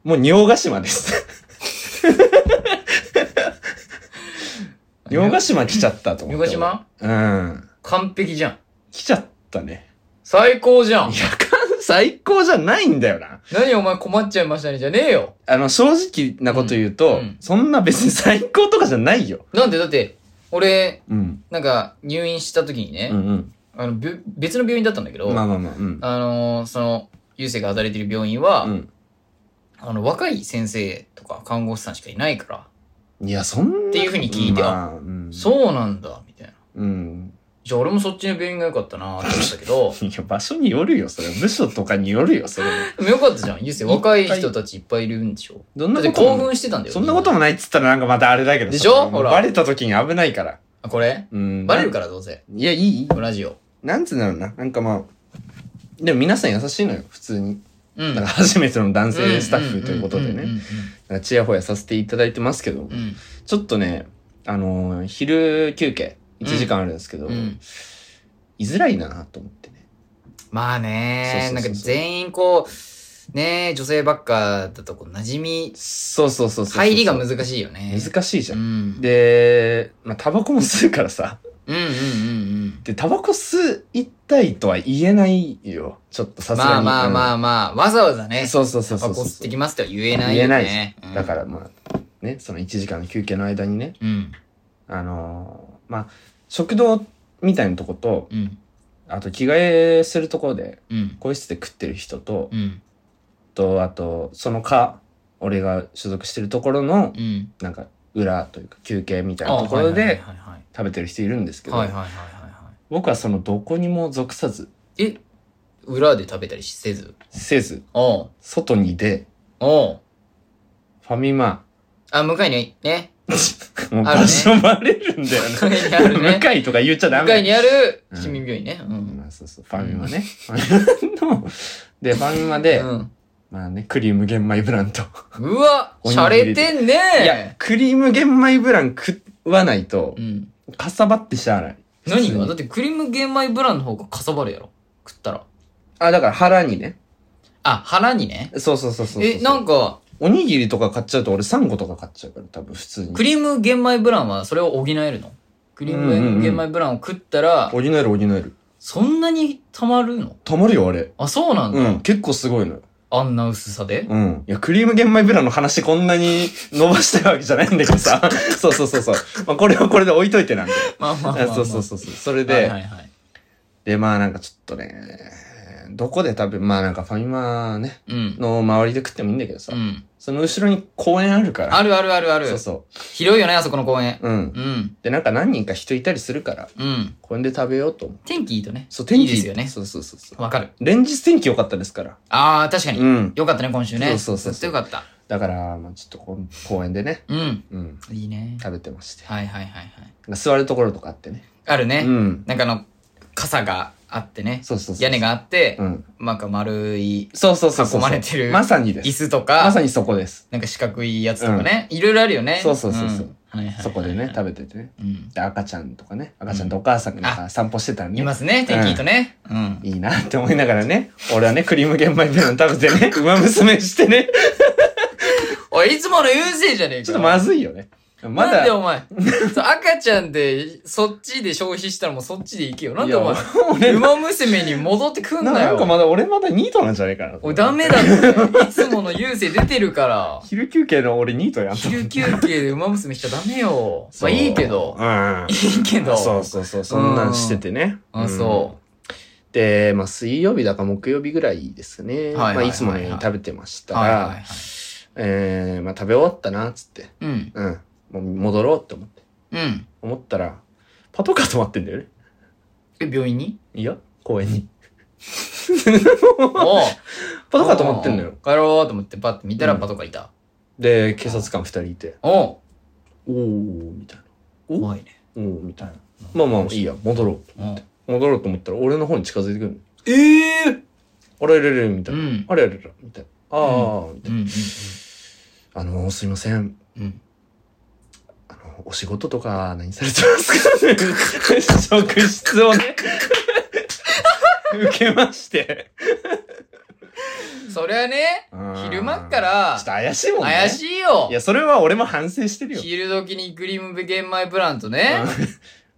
B: もう尿ヶ 島です。尿ヶ島来ちゃったと思って。
A: 尿ヶ
B: 島うん。
A: 完璧じゃん。
B: 来ちゃったね。
A: 最高じゃん
B: い。や、関最高じゃないんだよな。
A: 何お前困っちゃいましたねじゃねえよ。
B: あの、正直なこと言う
A: うん
B: と、
A: うん
B: そんな別に最高とかじゃないよ。
A: なんでだって、俺、
B: うん。
A: なんか入院した時にね、
B: うん
A: あのぶ別の病院だったんだけ
B: う
A: ど、
B: ん。まあまあまあ、うん。
A: あのーその、ゆうせいが働いてる病院は、
B: うん。
A: あの、若い先生とか看護師さんしかいないから、
B: いや、そんな。
A: っていうふうに聞いて
B: まあ、うん。
A: そうなんだ、みたいな。
B: うん。
A: じゃあ俺もそっちの病院が良かったなーって思ったけど、
B: いや、場所によるよ、それ。部署とかによるよ、それ。
A: でもよかったじゃん。ゆうせい若い人たちいっぱいいるんでしょ。
B: ど ん
A: だ
B: な
A: って
B: こと
A: 興
B: も
A: 奮してたんだよ。
B: そんなこともないっつったらなんかまたあれだけどさ
A: でしょほら
B: バレた時に危ないから。
A: あ、これ
B: うん。
A: バレるからどうせ。
B: いや、いいいい
A: このラジオ。
B: なんつうんだろうな。なんかまあ、でも皆さん優しいのよ、普通に。
A: う
B: だ
A: ん
B: から。初めての男性スタッフということで
A: ん
B: ね。。なんかちやほやさせていただいてますけど
A: うんう、ん
B: ちょっとね、あのー昼休憩、1時間あるんですけど、
A: うんうん。
B: 居づらいなと思ってね。
A: まあね、
B: そう
A: な
B: そ
A: んか
B: うそうそう
A: 全員こう、ね女性ばっかだとこう、馴染み、
B: そうそうそうそうそう。
A: 入りが難しいよね。
B: 難しいじゃ。
A: うんん。
B: で、まあ、タバコも吸うからさ。
A: うんうんうん
B: で、タバコ吸いたいとは言えないよ。ちょっと
A: う
B: さ
A: ん。
B: すが
A: まあ
B: に。
A: まあまあまあ、わざわざね、
B: そうそうそう
A: タ
B: そ
A: バ
B: う
A: コ
B: そう。
A: 吸ってきますっては言えないよね。うん
B: だか。らまあ、ね、その1時間の休憩の間にね、
A: うん。
B: あのーまあ、食堂みたいなとこと、
A: うん。
B: あと着替えするところで、
A: うん。
B: 個室で食ってる人と、
A: うん。
B: と、あと、そのか、俺が所属してるところの、
A: うん。
B: なんか、裏というか休憩みたいなところ
A: あはい
B: で
A: はいはい
B: 食べてる人いるんですけど、
A: はいはいはいはいはいは
B: 僕はそのどこにも属さず、
A: い。え、裏で食べたりせず
B: せず、
A: おう
B: 外に出、
A: おう
B: ファミマ、
A: あ、向かいにね。
B: もう
A: あるね
B: 場所バレるんだよ
A: 向かい
B: ね。
A: に あるね
B: 向。かいとか言っちゃダ
A: 向
B: メ
A: かい。にある
B: うん
A: 市民病院ね。うん。
B: まあそうそう、ファミマね。ファミマの、で、ファミマで、
A: うん
B: まあね、クリーム玄米ブランと。
A: うわ、
B: おに
A: し
B: ぎ
A: ゃ
B: り
A: れてんね
B: いや、クリーム玄米ブラン食わないと
A: う、ん。
B: かさばってしゃあない。
A: 何がだ
B: 普通
A: っ
B: に
A: てクリーム玄米ブランの方がかさばるやろ。食ったら。
B: あ、だから腹にね。
A: あ、腹にね。
B: そうそうそうそうそう。
A: え、なんか、
B: おにぎりとか買っちゃうと俺3個とか買っちゃうから、多分普通に。
A: クリーム玄米ブランはそれを補えるのクリー
B: うんうんう
A: ム
B: ん
A: 玄米ブランを食ったら、
B: 補える補える。
A: そんなに溜まるの
B: たまるよ、あれ。
A: あ、そうなんだ。
B: うん、結構すごいのよ。
A: あんな薄さで。
B: うん。いや、クリーム玄米ブランの話こんなに伸ばしたいわけじゃないんだけ どさ。そうそうそうそう。まあ、これはこれで置いといてなんで。
A: ま あまあまあ、まあ。
B: そうそうそうそう。それ
A: はい
B: で
A: は、いはい。
B: で、まあなんかちょっとね、どこで食べ、まあなんかファミマね、
A: うん。
B: の周りで食ってもいいんだけどさ、
A: うん。
B: その後ろに公園あるから。
A: あるあるあるある。
B: そうそ
A: 広いよね、あそこの公園。
B: う。うん。
A: うん。
B: で、なんか何人か人いたりするから、
A: うん。
B: 公園で食べようと思う。
A: 天気いいとね。
B: そう、天
A: い
B: 気
A: いですよね
B: そうそうそうそう。
A: わかる。
B: 連日天気良かったですから。
A: ああ、確かに。
B: うん。
A: よかったね、今週ね。
B: そうそうそうそう
A: ずっとよかった。
B: だから、まあちょっとこの公園でね、
A: うん。
B: うん、
A: いいね。
B: 食べてまして。
A: はいはいはいはい。
B: 座るところとかあってね。
A: あるね。
B: うん。
A: なんかあの、傘があってね。
B: そうそうそう。
A: 屋根があって、
B: うん。
A: なんか丸い
B: そうそうそうそう。
A: 囲まれてる
B: まさにです
A: 椅。子と
B: ま
A: か、
B: さにそこです。
A: なんか四角いやつとかね。いろいろあるよね。。
B: そうそうそうそうん
A: はいはいはい
B: そこでね、食べててね。
A: うん。
B: で、赤ちゃんとかね、赤ちゃんとお母さんがさ、散歩してたらね
A: いますね、天気とね。うん。
B: いいなって思いながらね、俺はね、クリーム玄米みたいなの食 べてね、馬娘してね、
A: おい、いつもの優勢じゃねえか。
B: ちょっとまずいよね。ま
A: なん
B: だ
A: で、お前、そう赤ちゃんで、そっちで消費したらもうそっちで行けよ。なんでお
B: いや
A: 前、馬娘に戻ってくんな
B: なんか
A: よ。
B: まだ俺まだニートなんじゃないかな。
A: おい、ダメだって。いつもの優勢出てるから。
B: 昼休憩の俺ニートやんと思う
A: 昼休憩で馬娘しちゃダメよ。まあいいけど
B: う。ん。
A: いいけど。
B: そうそうそう、そんなんしててね。。
A: あ、そう
B: で、まあ水曜日だか木曜日ぐらいです
A: はいはいは
B: ね。
A: い
B: ま
A: は
B: あ
A: い
B: いつものように食べてまし
A: う。
B: た
A: はいはいは
B: ら、
A: い。
B: えー、まあ食べ終わったな、つって。
A: うん。
B: うん。もう戻ろうって思って。
A: うん。
B: 思ったら、パトカー止まってんだよね。
A: え、病院 に
B: いや、公園に。
A: おう
B: パトカー止まってんのよ。。
A: 帰ろうと思ってパッて見たらパトカーいた。
B: で、警察官二人いて、
A: おう
B: おー、みたいな。お
A: 怖いね。
B: おー、みたいな。まあまあ、いいや、戻ろう。
A: おう
B: 戻ろうと思ったら、俺の方に近づいてくるの。
A: ええ
B: あれれれれ、みた
A: う
B: いな。
A: ん。
B: あれれれれ、みたいな。あー、みた
A: う
B: い
A: ん。
B: な。あのー、すいません。
A: うん。
B: あの、お仕事とか何されてますかね職質をね、 受けまして。
A: うんそりゃね、昼間っか、
B: ちょ
A: ら
B: っと、怪しいもんね。
A: 怪しいよ
B: いや、それは俺も反省してるよ。
A: 昼時にクリーム玄米ブランとね、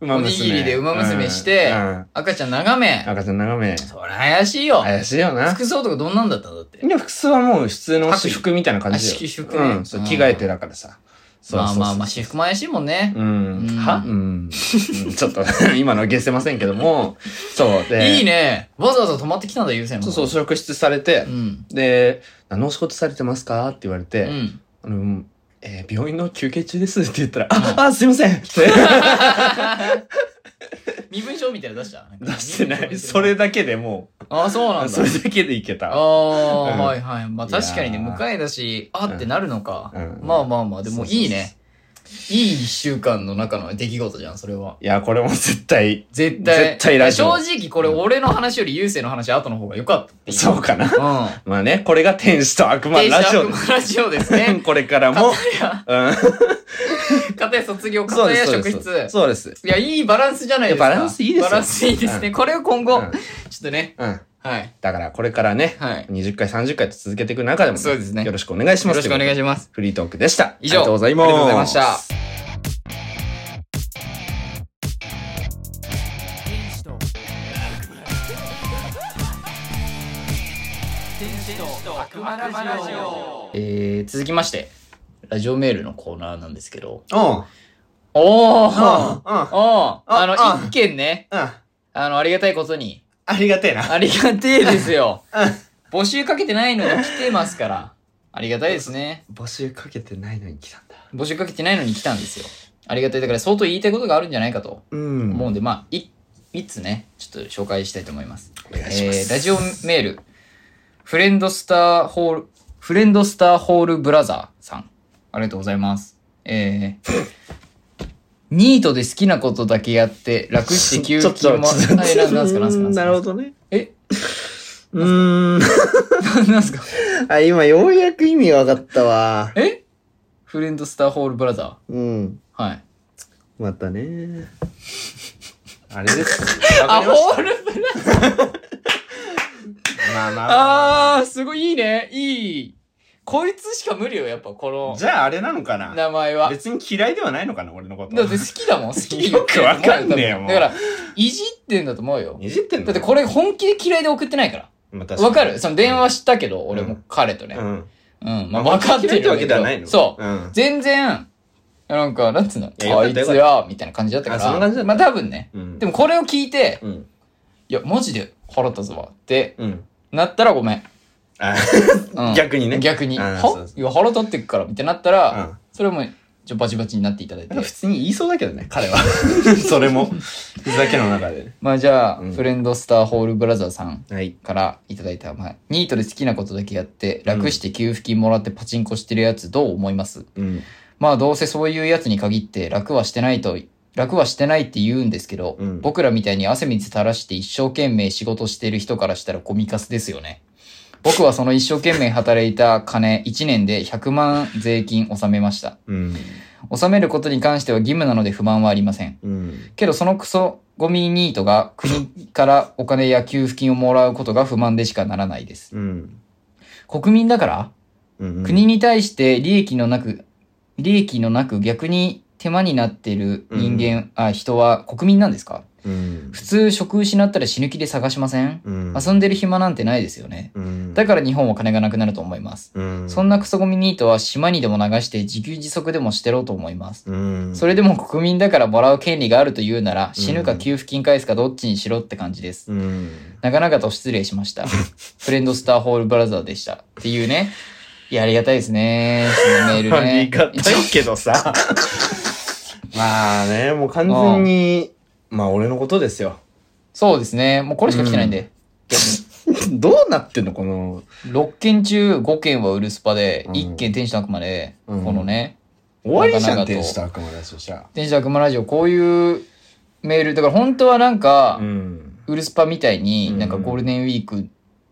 B: うん 馬娘
A: おにぎりで馬娘して
B: うんうん
A: 赤ちゃん眺め。
B: 赤ちゃん眺め。
A: そりゃ怪しいよ。
B: 怪しいよな。
A: 服装とかどんなんだったんだって
B: い。や、服装はもう普通の私服みたいな感じ
A: あ
B: よ。
A: 私服ね
B: うん、そう、着替えてだからさ。そう
A: ま
B: そ
A: あ
B: うそう
A: まあまあ、私服も怪しいもんね。
B: うん。
A: うん
B: はうん。ちょっと、 今のはゲせませんけども、そう。で、
A: いいね。わざわざ泊まってきたんだ、優先の。
B: そうそう、職質されて
A: う、ん。
B: で、何のお仕事されてますかって言われ
A: う
B: て、
A: ん。
B: あの、えー病院の休憩中ですって言ったら、あ、あ、すいませんって
A: 身分証みたいなの出したなんか
B: 出してな
A: 身分
B: い。
A: 証
B: それだけでも
A: あ、そうなん
B: う、
A: だ。
B: それだけでいけ
A: あ
B: た。
A: あ、
B: うん
A: はいはい。まあ確かにね、
B: いやー
A: 向かいだし、あってなるのか。
B: うん
A: まあまあまあ、でもいいね
B: そ。
A: いい一週間の中の出来事じゃん、それは。
B: いや、これも絶対、
A: 絶対。
B: 絶対ラジオ
A: 正直これ俺の話より優勢の話後の方が良かったってい
B: そうかな。
A: う。うん。
B: まあね、これが天使と悪魔のラジオ
A: で
B: です
A: ラジオです ね。
B: これからも、うん。
A: 家庭卒業、
B: そう
A: 家
B: で
A: や
B: す。
A: 職
B: そうです
A: 室。
B: そうです。
A: いや、いいバランスじゃないですか。
B: いやバランスいいですよ
A: バランスいいですね。これを今後、
B: う
A: ちょ
B: ん
A: っとね、
B: うん。
A: はい。
B: だからこれからね、
A: はい。
B: 20回、30回と続けていく中でも、
A: そうですね
B: よろしくお願いし
A: よ
B: ます。
A: ろしくお願い
B: ます。
A: します。
B: フリートークでした。
A: 以上
B: ありがとうございま
A: あ
B: す。
A: りがとうございました。えー、続きまして、ラジオメールのコーナーなんですけど。
B: うん。
A: お
B: うん
A: ー。
B: うん。
A: おーあの、
B: あ
A: 一件ね、
B: うん。
A: あの、ありがたいことに、
B: ありがてえな。
A: ありがてえですよ。
B: う
A: 募集かけてないのに来てますから。ありがたいですね。
B: ん。募集かけてないのに来たんだ。
A: 募集かけてないのに来たんですよ。ありがたい。だから相当言いたいことがあるんじゃないかと
B: うん。
A: 思うんで、まあ、い、いつね、ちょっと紹介したいと思います。
B: お願いします。
A: えーラジオメール、フレンドスターホール、フレンドスターホールブラザーさん。ありがとうございます。えー、ニートで好きなことだけやって、楽して給
B: ちょっ
A: 付
B: と、
A: 金も、
B: ちょっと
A: はいななんすかなんすかなんすか
B: なるほどね。
A: え、
B: うーん。
A: なんすか
B: あ、今ようやく意味分かったわ。
A: えフレンドスターホールブラザ
B: うん。
A: ー。はい。
B: またね。あれです。
A: あ、
B: わかりまし
A: ホールブラザー
B: たまあまあまあ
A: あー、すごいいいね。いい。こいつしか無理よ、やっぱ、この
B: じゃああれなのかな
A: 名前は。
B: 別に嫌いではないのかな俺のこと。
A: だって好き だもん、好きで言
B: よ
A: って
B: く
A: る
B: わかんねえよ、
A: 多分
B: もう。
A: だから、いじってんだと思うよ。
B: いじってんの
A: だってこれ本気で嫌いで送ってないから。
B: まあ確に
A: わかるその電話したけど、俺
B: う
A: も
B: ん
A: 彼とね
B: う。ん。
A: うん、まあ分かって
B: 嫌い
A: る
B: ってわけではないの
A: そう。
B: うん。
A: 全然、なんか、なんつうの
B: いやよ
A: あ
B: か
A: い
B: っ
A: つ
B: たよかった
A: や、みたいな感じだったか
B: あそんな感じだ
A: ら。
B: った
A: まあ多分ね。
B: うん。
A: でもこれを聞いて、
B: うん。
A: いや、マジで腹立つわって
B: うん。
A: なったらごめん。
B: あ
A: うん
B: 逆にね。
A: 逆に。
B: うんそ
A: は
B: うそ
A: いや、腹立ってくから、みたいになったら、
B: うん
A: それも、ちょ、バチバチになっていただいて
B: なんか。普通に言いそうだけどね、彼は。 それも。ふざけの中でね。
A: まあじゃあ、
B: うん
A: フレンドスターホールブラザーさん
B: はい。
A: からいただいた、まあ、ニートで好きなことだけやって、楽して給付金もらってパチンコしてるやつどう思います、
B: うん。
A: まあどうせそういうやつに限って楽はしてないと楽はしてないって言うんですけど、
B: うん
A: 僕らみたいに汗水垂らして一生懸命仕事してる人からしたらコミカスですよね。僕はその一生懸命働いた金1年で100万税金納めました。
B: うん。
A: 納めることに関しては義務なので不満はありません。
B: うん。
A: けどそのクソゴミニートが国からお金や給付金をもらうことが不満でしかならないです。
B: うん。
A: 国民だから
B: うん。
A: 国に対して利益のなく、利益のなく逆に手間になってる人間、あ、人は国民なんですか
B: うん。
A: 普通職失ったら死ぬ気で探しません、
B: うん。
A: 遊んでる暇なんてないですよね。
B: うん。
A: だから日本は金がなくなると思います。
B: うん。
A: そんなクソゴミニートは島にでも流して自給自足でもしてろうと思います。
B: うん。
A: それでも国民だからもらう権利があるというなら死ぬか給付金返すかどっちにしろって感じです。
B: うん。
A: なかなかと失礼しま した。フレンドスターホールブラザーでした。っていうね。いや、ありがたいですね。そのメールね。
B: ありがたいけどさ。 まあね、もう完全に、まあ俺のことですよ。
A: そうですね。もうこれしか来てないんで。
B: どうなってんのこの、
A: 6件中5件はウルスパで、
B: うん
A: 1件天使の悪魔で、
B: うん
A: このね、
B: 終わりじゃ、
A: なんかなかと
B: 天使と悪魔だし、じゃ
A: 天使の悪魔ラジオ、こういうメール、だから本当はなんか、
B: ん。
A: ウルスパみたいに、
B: うん
A: なんかゴールデンウィーク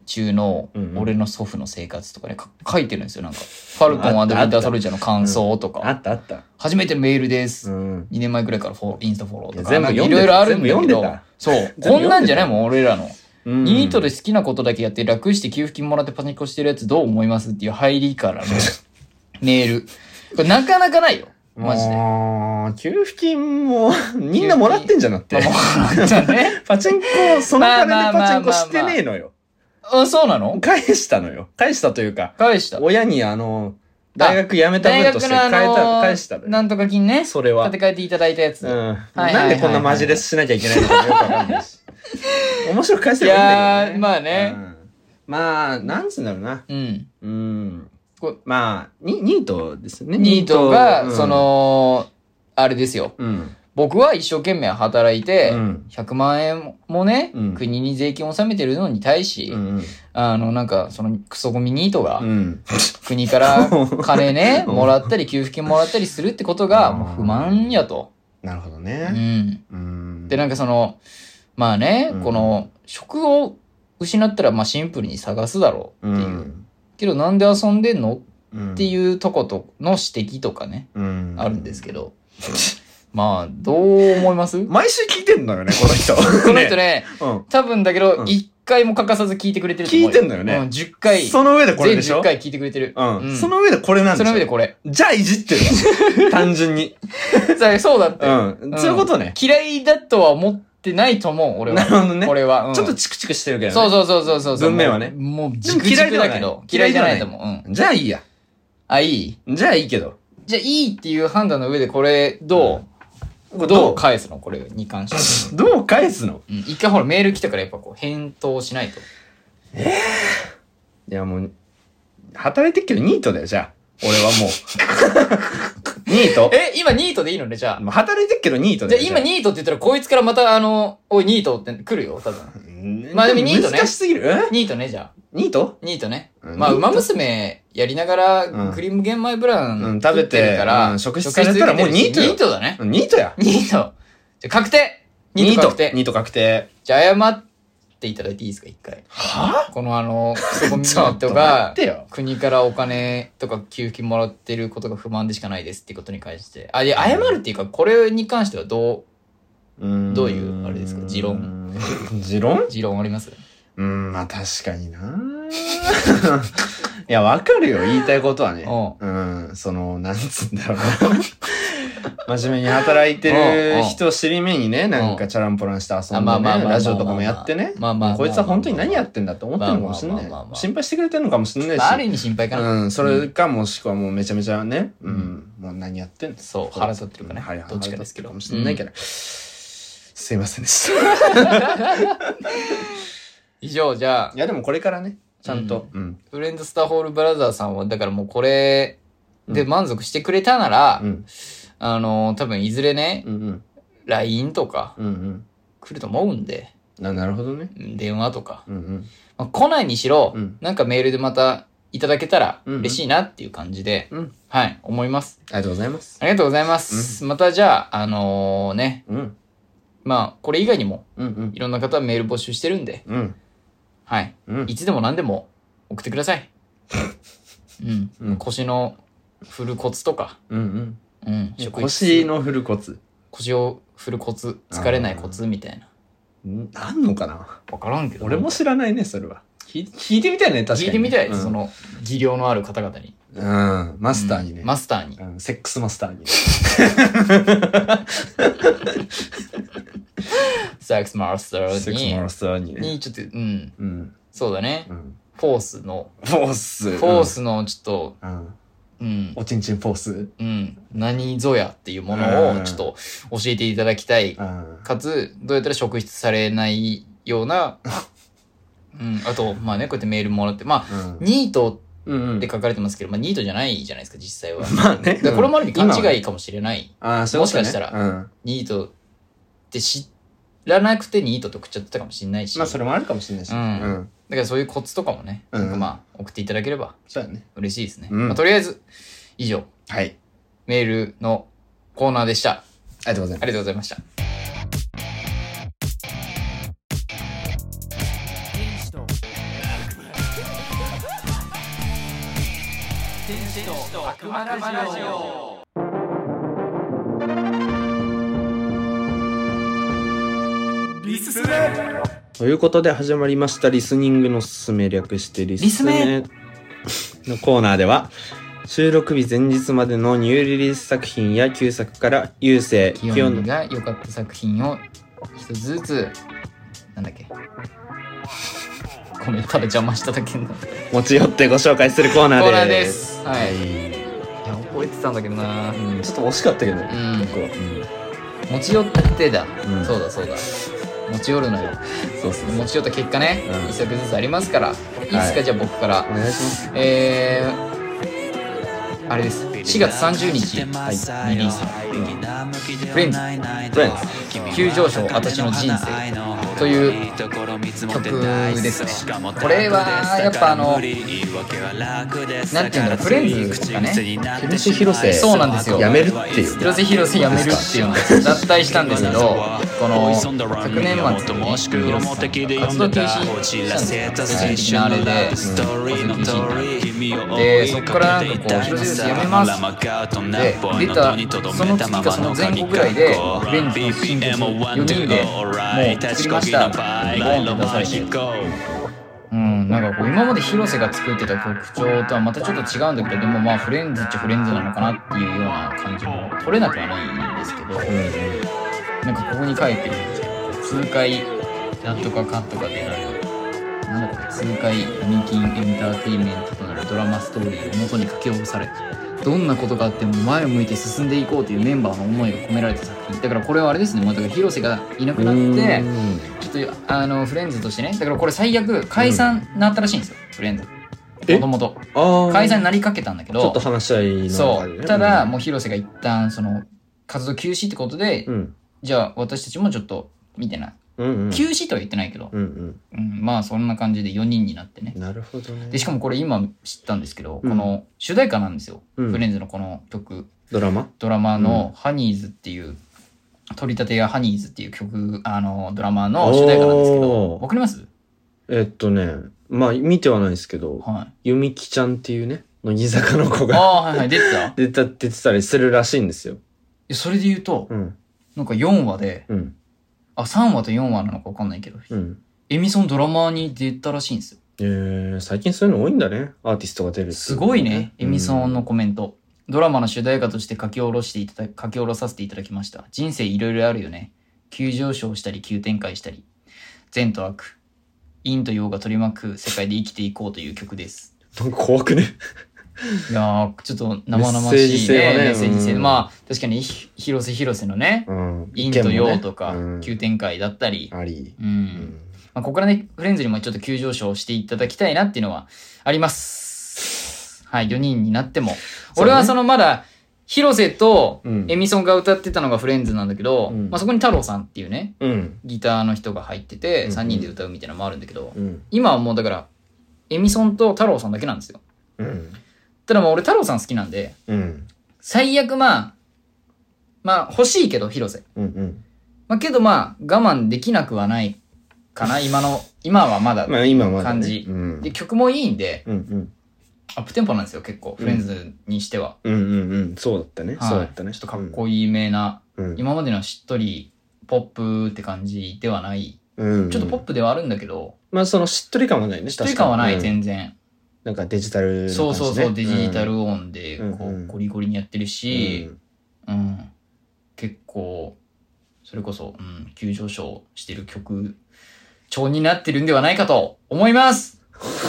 A: 中の
B: うん
A: 俺の祖父の生活とかね、か書いてるんですよ。なんか、ファルコンウィンターソルジャーの感想と
B: あ
A: か、
B: ったあった。
A: 初めてのメールです。
B: うん。
A: 2年前ぐらいからフォローインスタフォローとか
B: 全部
A: なんか
B: 読ん
A: い
B: でた
A: ろいろあるんだけ
B: 全部読ん
A: ど
B: でた
A: そう
B: 全部読んでた
A: こんなんじゃないもん俺らの、ニートで
B: し
A: 好きなことだけやって楽して給付金もらってパチンコしてるやつどう思いますっていう入りからのメールこれなかなかないよマジで
B: ジで。給付金 も、みんなもらってんじゃなくて。
A: まあもうじゃあね
B: パチンコ、その金で
A: まあまあま
B: パ
A: あまあ
B: チンコしてねえのよ。
A: あそうなの
B: 返したのよ。返したというか、
A: 返した
B: 親にあの、大学辞めた
A: 大
B: 分と
A: 学
B: して
A: のあ
B: 返
A: の
B: た、
A: ー
B: 返したの
A: な
B: よ。
A: んとか金ね
B: それは
A: 立。て替えていただいたやつ、
B: うん。
A: はいはい
B: なんでこんなマジレスしなきゃいけないのかもよくわかんな いし。面白く返せ
A: い
B: ばいいんだ
A: やー
B: けどね。
A: まあね
B: うんまあ、なんつうんだろうな。
A: うん、
B: うん
A: こ。
B: まあ、にニートですね。
A: ニート
B: ニ
A: が
B: ート
A: そ、のあれですよ
B: うん。
A: 僕は一生懸命働いて、
B: うん
A: 100万円もね、
B: うん
A: 国に税金を納めてるのに対し、
B: うん。
A: あの、なんか、そのクソゴミニートが
B: う、ん。
A: 国から金ね、
B: うん
A: もらったり、給付金もらったりするってことが、
B: うん
A: もう不満やと。
B: なるほど
A: う
B: ね。
A: ん。
B: うん。
A: で、なんかその、まあね、
B: うん
A: この、職を失ったら、まあシンプルに探すだろうっていう。けど、なんで遊んでんの
B: うん。
A: って
B: う
A: いうとことの指摘とかね、
B: ん、
A: あるんですけど。 まあ、どう思います
B: 毎週聞いてんのよね、この人。
A: この人
B: ね。
A: ね、
B: うん。
A: 多分だけ
B: う
A: ど、
B: ん
A: 一回も欠かさず聞いてくれてると思う。
B: 聞いてんのよね
A: うん、10回。
B: その上でこれ
A: 全
B: でし
A: 10
B: ょ
A: 回聞いてくれてる。
B: うん、
A: うん
B: その上でこれなんでし
A: そ
B: ょ
A: の上でこれ。
B: じゃあいじって るわ。単純に。
A: さそうだって
B: う。ん。そういうことね。
A: 嫌いだとは思ってないと思う、俺
B: な
A: は。
B: るほどね。
A: 俺は。うん
B: ちょっとチクチクしてるけどね。
A: そうそうそうそうそう。
B: 文面はね
A: もう、もう
B: で
A: じ
B: も
A: くじ
B: 嫌い
A: く
B: では
A: だ
B: ない
A: けど。嫌いじゃないと思う。うん。
B: じゃあいいや。
A: あ、いい
B: じゃあいいけど。
A: じゃあ、いいっていう判断の上で、これ、どうど
B: ど
A: う返すのこれに関して。
B: うどう返すの
A: うん。一回ほら、メール来たからやっぱこう、返答しないと。
B: いやもう、働いてっけどニートだよ、じゃあ。俺は もう。ニート
A: え、今ニートでいいのね、じゃあ。
B: もう働いてっけどニート
A: じ
B: だ
A: ゃあ
B: よ。
A: 今
B: じゃ
A: ニートって言ったら、こいつからまたあの、おい、ニートって来るよ、 多分。
B: うん
A: まあでもニートね
B: 難しすぎる。え
A: ニートね、じゃあ。
B: ニート
A: ニートね。
B: うん
A: まあ、
B: ニート
A: 馬娘やりながら
B: う、ん
A: クリーム玄米ブラ
B: う
A: ン
B: ん食べて
A: 食ってるから、
B: うん食事されたらもうニートよ
A: ニートだね。
B: ニートや。
A: ニート。じゃあ、確定ニート確定。
B: ニート確定。
A: じゃあ、謝っていただいていいですか、一回。
B: は
A: このあ の、クソゴミニ
B: ちょ
A: ー
B: っと
A: ト
B: 待っ
A: が
B: て、よ。
A: 国からお金とか給付金もらってることが不満でしかないですっていうことに関して。あ、いや、謝るっていうか、これに関してはど
B: ど
A: どういうあれですか持論。
B: 持論
A: う、持論あります
B: うん、まあ確かにな。 いや、わかるよ。言いたいことはね。
A: う
B: うん、その、なんつうんだ ろうな。真面目に働いてる人を尻目にね、なんかチャランポランして遊
A: あ
B: ん
A: まあ
B: で
A: まあま
B: ね、
A: あ
B: ラジオとかもやってね。
A: まあまあまあまあまあ
B: こいつは本当に何やってんだって思ってるのかもしんな
A: まあまあまあまあま
B: い。
A: あ
B: 心配してくれてるのかもしんないし
A: まあ、ある意味心配かな。
B: うん、それかもしくはもうめちゃめちゃね、う、
A: うん
B: もう何やってんの
A: そう腹立ってるかね
B: うんはい
A: どっちかですけど
B: 腹立ってるかもしれないけど、すいませんでし た。
A: 以上、じゃあ
B: い、や、でもこれからね、ちゃんと、うん、
A: フレンドスターホールブラザーさんは、だからもうこれで
B: うん
A: 満足してくれたなら、
B: うん、
A: あの、多分いずれね
B: う、ん、うん、
A: LINE とか
B: うん、うん。
A: 来ると思うんで、
B: ななるほどね。
A: うん電話とか。
B: うん、
A: まあ、来ないにしろ、
B: うん
A: なんかメールでまたいただけたら
B: うんうん
A: 嬉しいなっていう感じで、
B: うん。あ
A: は
B: り
A: い、思います。
B: がとうございます。
A: ありがとうございます。またじゃあ、あのね、
B: うん。
A: まあ、これ以外にも
B: うんうん
A: い。ろんな方メール募集してるんで、
B: うん。
A: はい、
B: うん
A: い。つでも何でも送ってくださ い。うん、
B: うん
A: 腰の振るコツとか、
B: うん
A: うん、
B: うん。
A: 職
B: 腰の振るコツ。
A: 腰を振るコツ、疲れないコツみたいな。
B: んあんのかな
A: わからんけど。
B: 俺も知らないね、それは。聞い聞いてみたいね、確かに。
A: 聞いてみたいです、
B: うん
A: そ。の技量のある方々に。
B: うん。マスターにね。
A: うんマスターに。
B: うん、セックスマスターに。
A: セックスマスタ
B: セ
A: ー
B: ックス
A: に。
B: マスターにね。
A: に、ちょっと、うん、
B: うん。
A: そうだね
B: う。ん。
A: フォースの、
B: フォース。
A: フォー。スのちょっと、
B: うん。
A: うん、
B: おちんちんフォース。う
A: う
B: ん。
A: ん、何ぞやっていうものを
B: うん
A: ちょっと教えていただきたい。かつ、どうやったら職質されないような、 うん、あと、まあね、こうやってメールもらって、まあ、
B: うん
A: ニート
B: うん。
A: って書かれてますけど、まあ、ニートじゃないじゃないですか、実際は。だか
B: まあね。
A: らこれもある意味勘違
B: い。
A: いかもしれない。
B: ああ、そういうことね
A: もしかしたら
B: うん。
A: ニートって知らなくてニートと食っちゃってたかもしれないし、
B: まあ、それもあるかもしれないし。
A: うん
B: うん。
A: だからそういうコツとかもね、
B: うん
A: なんかまあ送っていただければ
B: そうやね。
A: 嬉しいですね、
B: うん
A: まあ、とりあえず以上
B: はい。
A: メールのコーナーでした
B: ありがとうござい
A: ありがとうございました
B: ます。ということで始まりましたリスニングのすすめ略してリスメのコーナーでは収録日前日までのニューリリース作品や旧作から優勢、
A: キヨンが良かった作品を一つずつなんだっけコメントで邪魔しただけになったコ
B: 持ち寄ってご紹介するコーナ
A: ーナ
B: ー
A: ーで
B: です。
A: すはいいや覚えてたんだけどな
B: うんちょっと惜しかったけど、
A: ん
B: 結構、
A: 持ち寄ってだ、
B: うん
A: そうだそうだ持ち寄るのよ
B: そうそうそう
A: 持ち寄った結果ね、
B: うん
A: 一作ずつありますからいいですか、
B: はい
A: じゃあ僕から
B: お願いします
A: えー、あれです4月30日リリース
C: 「
A: フレンズ」
C: フ
B: フレンズ
C: 急上昇私の人生」という曲ですねこれはやっぱあのなんていうんだろうフレンズとかね
A: 広
B: 瀬広瀬
C: そうなんですよ
B: やめるっていう
C: 広
A: 広瀬広
C: 瀬広
A: 瀬
C: 瀬
A: 辞
C: や
A: め
C: め
A: るっ
C: るって
A: い
C: ていう
A: のを
C: うのを
A: 脱退したんですけどこ
C: こ
A: の
C: の
A: 昨
C: 昨
A: 年
C: 年
A: 末
C: 末
A: で
C: で、
A: ね
C: ね、広瀬さんが活動停止したんですよ、
A: はい
C: 活動停止のあれで、
A: はい
C: 活動停止
A: で
C: で
A: そっ
C: そこ
A: か
C: からら
A: な
C: なんん
A: か
C: か
A: こう
C: こう
A: 広瀬
C: 広瀬
A: さ
C: さ
A: んや
C: んや
A: め
C: め
A: ま
C: ますす
A: で
C: で
A: 出
C: 出
A: た
C: た
A: そ
C: そ
A: の
C: の
A: 月
C: 月
A: か
C: か
A: そ
C: そ
A: の
C: の
A: 前
C: 前
A: 後
C: 後
A: ぐ
C: ぐ
A: らい
C: らい
A: で
C: で
A: フ
C: フ
A: レ
C: レ
A: ン
C: ン
A: ズ
C: ズ
A: の
C: の
A: シングル4人
C: シングル4人
A: で
C: で
A: もう作
C: 作
A: り
C: り
A: ま
C: ま
A: し
C: したた
A: ボ
C: ボ
A: ーンって出
C: ーンって出
A: さ
C: さ
A: れ
C: れ
A: て
C: て
A: うんなんかこう今まで広瀬が作ってた曲調とはまたちょっと違うんだけどでもまあフレンズっちゃフレンズなのかなっていうような感じも取れなくはないんですけど、なんかここに書いてるんですけど痛快なんとかかんとかでなるなんだこれ痛快闇金エンターテインメントとなるドラマストーリーを元に書き下ろされどんなことがあっても前を向いて進んでいこうというメンバーの思いが込められた作品だからこれはあれですねもうだから広瀬がいなくなって
B: うん
A: ちょっとあのフレンズとしてねだからこれ最悪解散なったらしいんですよ、フレンズ
B: え
A: もともと
B: ああ
A: 解散になりかけたんだけ
B: ちょ
A: ど
B: っと話し合いの
A: そ
B: 中で
A: う
B: ね
A: ただもう広瀬が一旦その活動休止ってことで、
B: うん
A: じゃあ私たちもちょっとみたいな
B: うんうん
A: 休止とは言ってないけど、
B: うんうん
A: うんまあそんな感じで4人になってね
B: なるほどね
A: でしかもこれ今知ったんですけど、
B: うん
A: この主題歌なんですよ、
B: うん
A: フレンズのこの曲
B: ドラマ
A: ドラマの「ハニーズ」っていう「取り立てやハニーズ」っていう曲あのドラマの主題歌なんですけど
B: おー
A: わかります
B: えっとねまあ見てはないですけど
A: はい
B: ゆみきちゃんっていうね、乃木坂の 子
A: あ
B: が
A: あはいはい出てたい
B: 出た、出てたりするらしいんですよ。
A: やそれで言うと
B: うん。
A: なんか4話で
B: うん。
A: あ3話と4話なのかわかんないけど、
B: うん。
A: エミソンドラマに出たらしいんですよ
B: えー、最近そういうの多いんだね。アーティストが出るってう
A: すごいね、エミソンの
B: うん
A: コメント。ドラマの主題歌として書き下ろしていただ書き下ろさせていただきました。人生いろいろあるよね。急上昇したり急展開したり、善と悪、陰と陽が取り巻く世界で生きていこうという曲です。
B: なんか怖くね。
A: いやー、ちょっと生々しいね、メッ
B: メッ
A: セ
B: セ
A: ー
B: ー
A: ジ
B: ジ
A: 性。
B: 性はねうん
A: まあ、確かにひ広瀬広瀬のね、
B: うん。
A: 陰と陽とか、
B: 意見もね
A: 急展開だったり
B: う、ん、あり。
A: うん。
B: うん
A: まあ、ここからね、フレンズにもちょっと急上昇していただきたいなっていうのはあります。はい、4人になっても。
B: そうね
A: 俺はそのまだ、広瀬と
B: うん
A: エミソンが歌ってたのがフレンズなんだけど、
B: うん
A: まあ、そこに太郎さんっていうね、
B: うん。
A: ギターの人が入ってて、
B: うん
A: 3人で歌うみたいなのもあるんだけど、
B: うん。
A: 今はもうだから、エミソンと太郎さんだけなんですよ。
B: うん。
A: ただもう俺太郎さん好きなんで、
B: うん。
A: 最悪まあ、まあ欲しいけど、広瀬。
B: うんうん。
A: まあけどまあ、我慢できなくはないかな、今の、今はまだ。
B: まあ今までね
A: 感じ
B: うん。
A: で、曲もいいんで、
B: うんうん。
A: アップテンポなんですよ、結構。フレンズにしては。
B: うんうんうん。そうだったね。
A: はい
B: そうだったね。
A: ちょっとかっこいいめな、
B: うん。
A: 今までのしっとり、ポップって感じではない。
B: うん。
A: ちょっとポッ
B: プ。
A: プではあるんだけど、
B: まあそのしっとり感はないね。
A: しっとり感はない、
B: 確かにうん
A: 全然。
B: なんかデジタルな感じね。
A: そうそうそう、デジタ
B: うん
A: ル音で、こ
B: うんうん
A: う、ゴリゴリにやってるし、うん、結構それこそ、うん、急上昇してる曲調になってるんではないかと思います、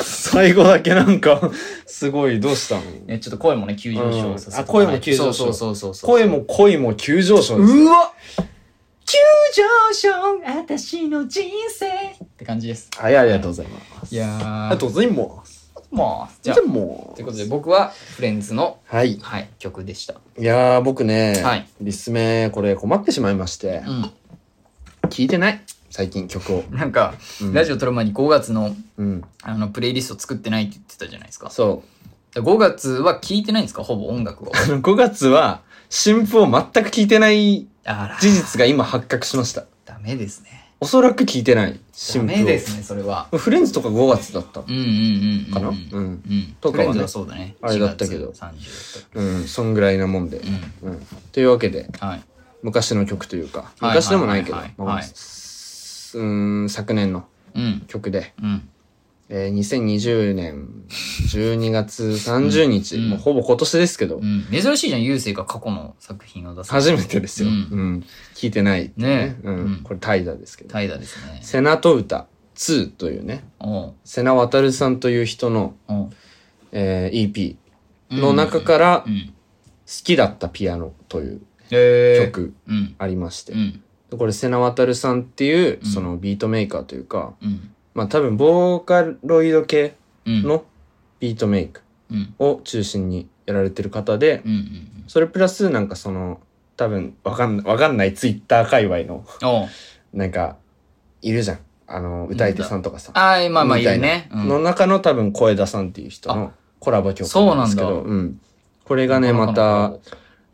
B: 最後だけなんか、 すごい、どうしたの
A: ね、ちょっと声もね急上昇させて、
B: うんあ声も急上昇
A: そうそうそうそう
B: 声も恋も急上昇です。
A: うわ急上昇私の人生って感じです
B: はい、ありがとうございます。
A: いやー
B: ありがとうございます。
A: もうじ
B: じ
A: ゃ
B: ゃ
A: あ
B: あも
A: ということで僕はフレンズの、
B: う。はい。
A: はい、曲でした
B: いやー、僕ね、
A: はい
B: リスメこれ困ってしまいまして、
A: う
B: 聞いてない最近曲を。
A: んなんか、
B: うん
A: ラジオ撮る前に5月の
B: うん。
A: あのプレイリスト作ってないって言ってたじゃないですか
B: そう。
A: 5月は聞いてないんですかほぼ音楽を
B: あの5月は新譜を全く聞いてない
A: あら
B: 事実が今発覚しました。
A: ダメですね。
B: おそらく聞いてない新
A: ダ
B: 譜を。
A: メですね、それは。
B: フレンズとか5月だった。
A: うんうんうんうん。
B: かな
A: うん。
B: うん
A: うん。
B: と
A: と
B: か
A: か
B: はね
A: は、ね、そうだね。
B: あれだったけ
A: 4
B: ど
A: 月30だっ
B: うん、そんぐらいなもんで。
A: た
B: うん。というわけで、
A: うん。はい。
B: 昔の曲というか、
A: はい
B: 昔でもないけど、
A: はいはい
B: まあ
A: はいう
B: ーん、昨年の
A: うん。
B: 曲で、
A: うん。
B: えー2020年12月30日、
A: うん
B: もうほぼ今年ですけど、
A: うん。珍しいじゃん、優勢が過去の作品を出す。
B: 初めてですよ。う
A: うんん。
B: 聞いてない、
A: ね
B: うん。
A: うん
B: これ怠惰ですけど。
A: 怠惰ですね。
B: セナと歌2というね、
A: おう
B: 瀬名渉さんという人の、
A: おう
B: えー EP
A: うん
B: の中から、
A: う
B: 好
A: ん。
B: きだったピアノという
A: え
B: 曲
A: うん。
B: ありまして
A: う、ん。
B: でこれ瀬名渉さんっていう、
A: うん
B: そのビートメーカーというか、
A: うん。
B: まあ多分ボーカロイド系
A: うん。
B: のビートメイク
A: うん。
B: を中心にやられてる方で、
A: うん。うん。
B: それプラスなんかその多分わかんわかんないツイッター界隈の
A: おう
B: なんかいるじゃんあの歌い手さんとかさ、
A: あーまあまあ、い
B: みた
A: る
B: いな
A: ね。う
B: の
A: ん。
B: 中の多分声田さんっていう人のコラボ曲なんですけど
A: そうなん
B: うんこれがねま
A: なか
B: た
A: なか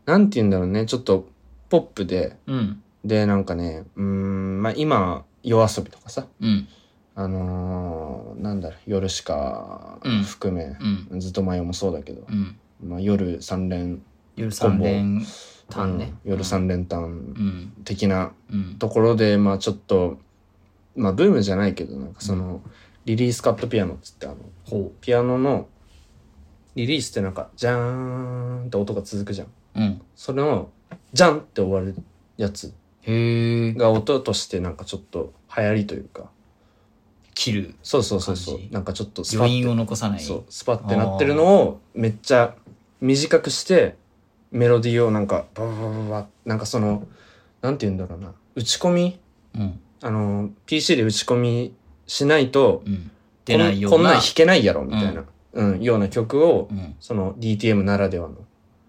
B: なんて言うんだろうねちょっとポップで
A: の。うん。
B: でなんかねうーんまあ今夜遊びとかさ
A: うん。
B: あのーなんだろう夜しか
A: うん
B: 含め、
A: うん。
B: ずっと前もそうだけど
A: う、ん。
B: まあ、夜三連
A: 夜三連単
B: う
A: ね
B: ん。夜三連単
A: うん。
B: 的な
A: うん。
B: ところで、まあちょっとまあブームじゃないけどなんかその、リリースカットピアノっつってあの
A: ほ
B: ピアノのリリースってなんかジャーンって音が続くじゃん
A: う。うん。
B: それのジャンって終わるやつ
A: へえ。
B: が音としてなんかちょっと流行りというか
A: 切る。
B: そうそうそうそう
A: 感じ
B: なんかちょっとスパ
A: 余
B: ッ
A: 韻を
B: て
A: 残さない。
B: そうスパッてなってるのをめっちゃ短くしてメロディーをなんかバババババなんかそのなんて言うんだろうな打ち込み
A: うん。
B: あの PC で打ち込みしないと
A: うん。出ないよ
B: こん
A: う
B: こんな
A: な。
B: ん弾けないやろみたいな、うんような曲を、
A: うん。
B: その DTM ならではの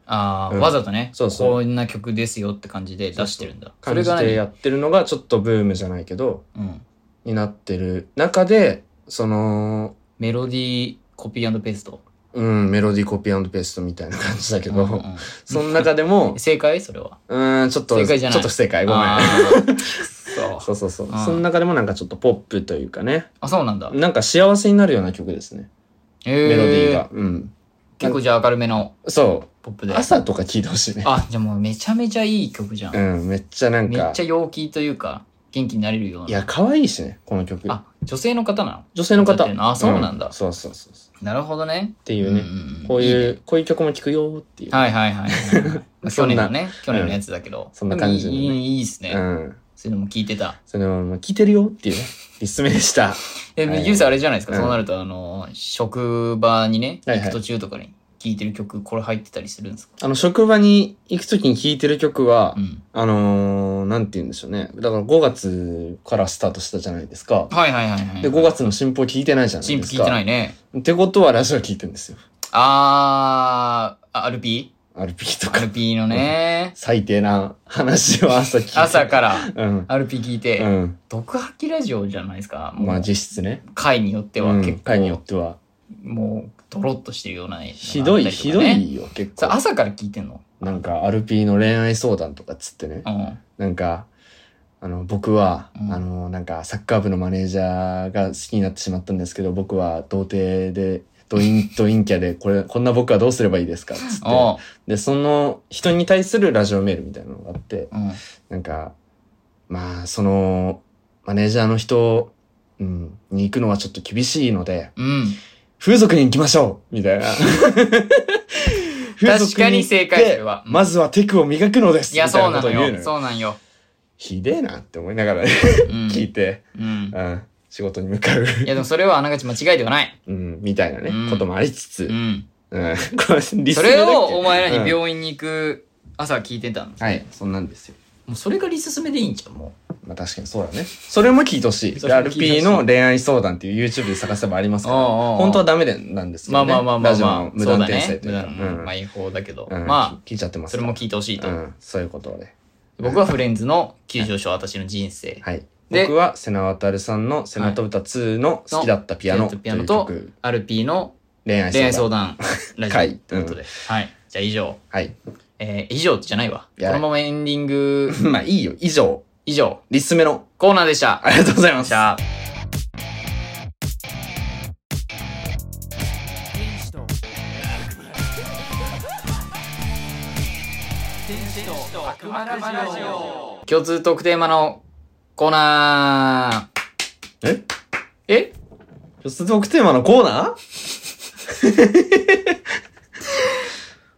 A: ああ、
B: うん
A: わざとね。
B: そうそう
A: こんな曲ですよって感じで出してるんだ。そ
B: 感じで
A: れ
B: や
A: がね。
B: ってるのがちょっとブームじゃないけど
A: うん。
B: になってる中でその
A: メロディーコピーペースト。
B: うんメロディーコピーペーストみたいな感じだけど、
A: うんうん
B: その中でも
A: うん正解それは。
B: うーんちょっと
A: 正解じゃない
B: ちょっと不正解ごめん
A: あーそう
B: そうそうそう
A: うん
B: その中でもなんかちょっとポップというかね
A: あ、そうなんだ。
B: なんか幸せになるような曲ですね
A: へえ
B: メロディーが。うん
A: 結構じゃあ明るめの
B: そ
A: ポップ
B: う
A: で。
B: 朝とか聴いてほしいね
A: あ、じゃあもうめちゃめちゃいい曲じゃ。
B: うんんめっちゃなん
A: めっ
B: か
A: ちゃ陽気というか、元気になれるよう
B: い
A: な。
B: や可愛いしねこの曲
A: あ、女性の方なの
B: 女性の
A: 歌
B: 方
A: ってるのあそうなんだ
B: そうそうそうそう
A: なるほどね。
B: っていうね、
A: んんん
B: こういう
A: ね
B: こういう曲も聴くよーっていう、
A: はいはいはいはい はい。まあ
B: そ
A: 去
B: ん
A: 年
B: な
A: のね、去年のやつだけど。
B: そんな感じのね
A: いいいいっすね、
B: うん
A: そういうのも聞いてた。
B: それはもう聞いてるよっていうねリスメ でした
A: で、
B: はい
A: ユースあれじゃないですか、
B: うん
A: そうなると、あの、職場にね、
B: はい
A: 行
B: はい
A: く途中とかに聞いてる曲、これ入ってたりするんですか
B: あの職場に行くときに聴いてる曲は、
A: うん。
B: あのー、なんて言うんでしょうねだから5月からスタートしたじゃないですか
A: はいはいはいはい。
B: で5月の新報聞いてないじゃない
A: 新
B: で
A: 婦
B: す
A: 聞
B: か
A: いてないね。
B: ってことはラジオ聞いてるんですよ
A: あー、あ RP?RP
B: RP とか
A: のね、
B: 最低な話を 朝聞いて
A: 朝から
B: うん
A: RP 聞いて、
B: うん
A: 毒吐きラジオじゃないですか。もう
B: まあ実質ね
A: 回によっては
B: うん
A: 結構、
B: 回によっては
A: もう、ドロッとしてるような、
B: ひどい、ひど。いよ、結
A: さ
B: 構。
A: 朝から聞いてんの
B: なんか、アルピーの恋愛相談とかっつってね
A: う。ん。
B: なんか、あの、僕は、
A: うん
B: あの、なんか、サッカー部のマネージャーが好きになってしまったんですけど、僕は童貞で、ドイン、 ドインキャで、これ、こんな僕はどうすればいいですかっつって。
A: おう
B: で、その人に対するラジオメールみたいなのがあって、
A: うん。
B: なんか、まあ、その、マネージャーの人、うん、に行くのはちょっと厳しいので、
A: うん。
B: 風俗に行きましょうみた いな。風俗
A: 確かに正解それは
B: 行ってまずはテクを磨くのです
A: いや、
B: みた
A: そう
B: いな
A: な
B: こと
A: の
B: を言う
A: よ。
B: のよ。
A: そうなん よ。
B: ひでえなって思いながらね、
A: う ん。
B: 聞いて、
A: うん。
B: うん、仕事に向かう、
A: いや、でもそれはあながち間違いではない。
B: うん、みたいなね、
A: うん
B: こともありつつ、う、
A: うんん。
B: これリス
A: そ
B: ナーだっけ
A: れをお前らに
B: うん
A: 病院に行く朝聞いてたんですね
B: はい、そんなんですよ。
A: もうそれがリスめでいいんじゃん、も
B: まあ確かにそうだね。それも聞いてほしい。
A: それも聞いてほしい
B: RP の恋愛相談っていう YouTube で探せばあります
A: う。
B: から。本当はダメでなんです
A: う
B: け
A: ま
B: ど、
A: あ
B: ね。
A: まあまあまあ
B: ラジオ
A: ま
B: の
A: あ。
B: 無
A: そう
B: 断
A: だ
B: 転
A: ね
B: 生。と
A: 無
B: いう
A: 断
B: か。
A: うんまあ違法だけど。
B: うん
A: まあ、
B: 聞いちゃってます
A: そ
B: か
A: れ
B: ら。
A: も聞いてほしいと
B: う。ん、そういうことで。
A: 僕はフレンズの急上昇、私の人生。
B: はい。
A: で
B: 僕は瀬名渉さんの「瀬名と歌2」の「好きだったピアノ」と
A: ピ
B: い
A: アノ
B: う
A: と
B: 曲、
A: RP の
B: 恋愛
A: 恋愛相
B: 相談。
A: 談ラジオということで。はい。じゃあ以上。
B: はい。
A: えー以上じゃないわ。
B: い
A: こ
B: や
A: のままエンディング
B: まあいいよ。 以上、
A: 以上、
B: リスメの、
A: コーナーでした。
B: ありがとうございます
A: じ。ゃあ。共通特テーマのコーナー
B: え
A: え
B: 四つ特テーマのコーナー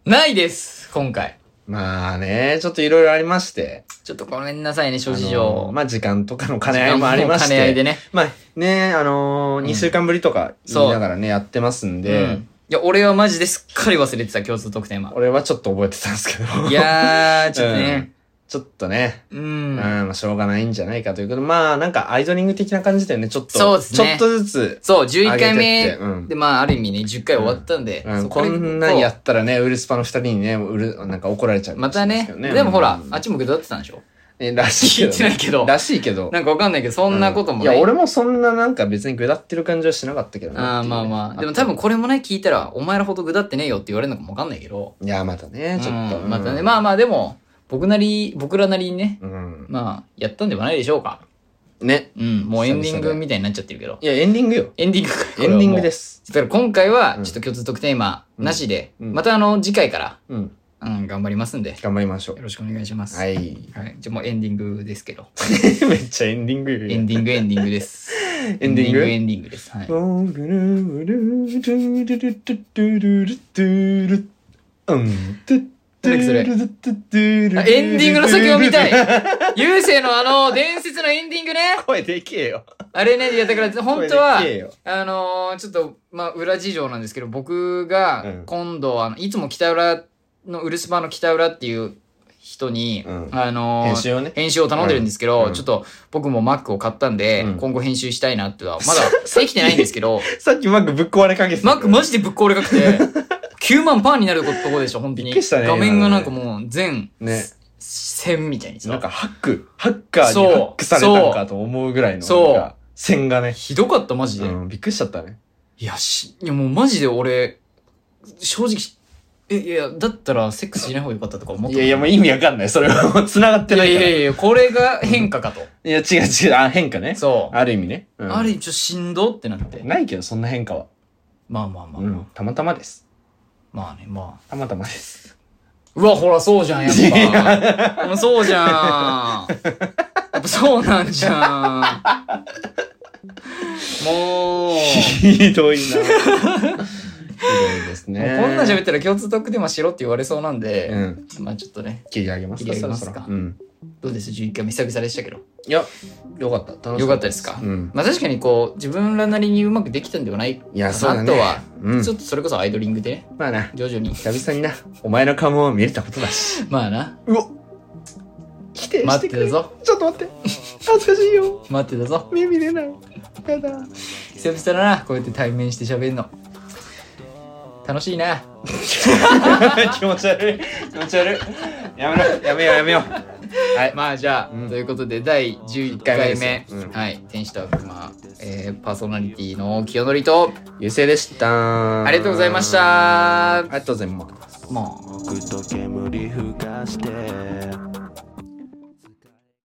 A: ないです今回
B: まあね、ちょっといろいろありまして。
A: ちょっとごめんなさいね諸事
B: あの
A: 情
B: まあ時間とかの兼ね合いもありまして。
A: 兼ね合いでね
B: まあね、あのー、2週間ぶりとか言いながらね、やってますんで、
A: うんいや俺はマジですっかり忘れてた共通特テーマ
B: 俺はちょっと覚えてたんですけど。
A: いやーちょっとね
B: ちょっとね、
A: うん、
B: うん、まあしょうがないんじゃないかということで、まあなんかアイドリング的な感じでね、ちょっと、
A: そうですね
B: ちょっとずつ、
A: そう11回
B: 上げ
A: 目
B: てってうん
A: でまあある意味ね10回終わったんで、
B: うん
A: そ
B: こ
A: から
B: んなんやったらね、ウルスパの二人にね、うる、なんか怒られちゃうか
A: ま
B: もしれ
A: た
B: ないす
A: ね
B: けど、
A: でもほら、
B: うん
A: あっちも下だってたんでしょ
B: えらしい
A: 聞いてないけど
B: らしいけど。
A: なんかわかんないけど、そんなこともね。
B: いや、俺もそんななんか別に下ってる感じはしなかったけどね
A: ああまあまあ。でも多分。これもね、聞いたら、お前らほどぐだってねえよって言われるのかもわかんないけど。
B: いや、またね、ちょっと。
A: うんまたね、まあまあでも、僕なり、僕らなりにね、
B: うん。
A: まあ、やったんではないでしょうか。
B: ね。
A: うん、もうエンディン
B: 久々
A: グ
B: で
A: みたいになっちゃってるけど。
B: いや、エンディングよ。
A: エンディングか。
B: エンディングですす。
A: だから今回は
B: う、ん
A: ちょっと共通特テーマなしで、
B: うん
A: またあの、次回から、
B: うん。
A: うん、頑張りますんで、よ
B: 頑張りましょう。
A: ろしくお願いします。
B: は
A: はい。
B: い。
A: じゃあもうエンディングですけど。
B: めっちゃエンディングよ。
A: エンディングエンディングです。
B: エンディング
A: エンディングです。 はい。あエンディングの先を見たい郵政のあの、伝説のエンディングね
B: 声でけえよ。
A: あれね、いやだから本当は
B: 声でけえよ、
A: あのーちょっと、まあ、裏事情なんですけど、僕
B: う
A: が
B: ん
A: 今度、あの、いつも北浦の、ウルスバの北浦っていう人に、
B: うん
A: あのー
B: 編集をね。
A: 編集を頼んでるんですけど、
B: うん
A: ちょっと僕も Mac を買ったんで、
B: うん
A: 今後編集したいなっては、まだできてないんですけ ど、
B: さっきマックぶっ壊れかけてた。
A: Mac マジでぶっ壊れかく て、9万パーになるとこでしょ、本当
B: び
A: に。
B: っくりしたね
A: 画面がなんかもう全、
B: ね。
A: 線みたいにさ
B: なんかハック、ハッカーにハックされたんかと思うぐらいの、
A: そう
B: なんか線がね。
A: ひどかった、マジで。
B: うん、びっくりしちゃったね。
A: いや、し、いやもうマジで俺、正直、え、いや、だったらセックスしない方がよかったとか思っ
B: い
A: て
B: やいや、もう意味わかんない。それはもう 繋がって
A: い
B: な
A: や
B: い
A: い
B: から。
A: やいや、これが変化かと。
B: いや、違う違う。あ、変化ね。
A: そう。
B: ある意味ね。うん
A: ある意味、ちょっとしんどってなって。
B: ないけど、そんな変化は。
A: まあまあまあ
B: う
A: まあ。
B: ん、たまたまです。
A: まあね、まあ。
B: たまたまです。
A: うわ、ほら、そうじゃん、やっぱ。もうそうじゃん。やっぱそうなんじゃん。もう。
B: ひどいな。ひどいです
A: もう
B: ね。
A: こんなん喋ったら共通特典はしろって言われそうなんで、
B: うん。
A: まあちょっとね、
B: 切り上げますか
A: 切り上げますか
B: そろそろうん。
A: どうです ?11 回目久々でしたけど。
B: いや、よかった。楽し
A: よかったですか、
B: うん。
A: まあ確かにこう自分らなりにうまくできたんではないか
B: いや、そうだ
A: な
B: ね。
A: とは、
B: うん
A: ちょ。っとそれこそアイドリングでね
B: まあな、
A: 徐々に
B: 久々にな、お前の顔も見れたことだし。
A: まあな
B: うお否定し
A: 待
B: て
A: っ
B: く
A: てた
B: れ。
A: ぞ
B: ちょっと待って。恥ずかしいよ。
A: 待ってたぞ
B: 目見れない。や だ。
A: 久々だなこうやって対面して喋るの楽しいな
B: 気持ち悪い。気持ち悪い。やめろ。やめようやめよう。
A: はい、
B: まあじゃあ、
A: うん
B: と
A: と
B: い
A: いううことで第11回目
B: 一回目ですようん
A: はい「天使と悪魔」えーパーソナリティの清則と
B: 優勢でした
A: ありがとうございまし
B: あ
A: た
B: りがとうございます
A: もう
C: 僕と煙ふかして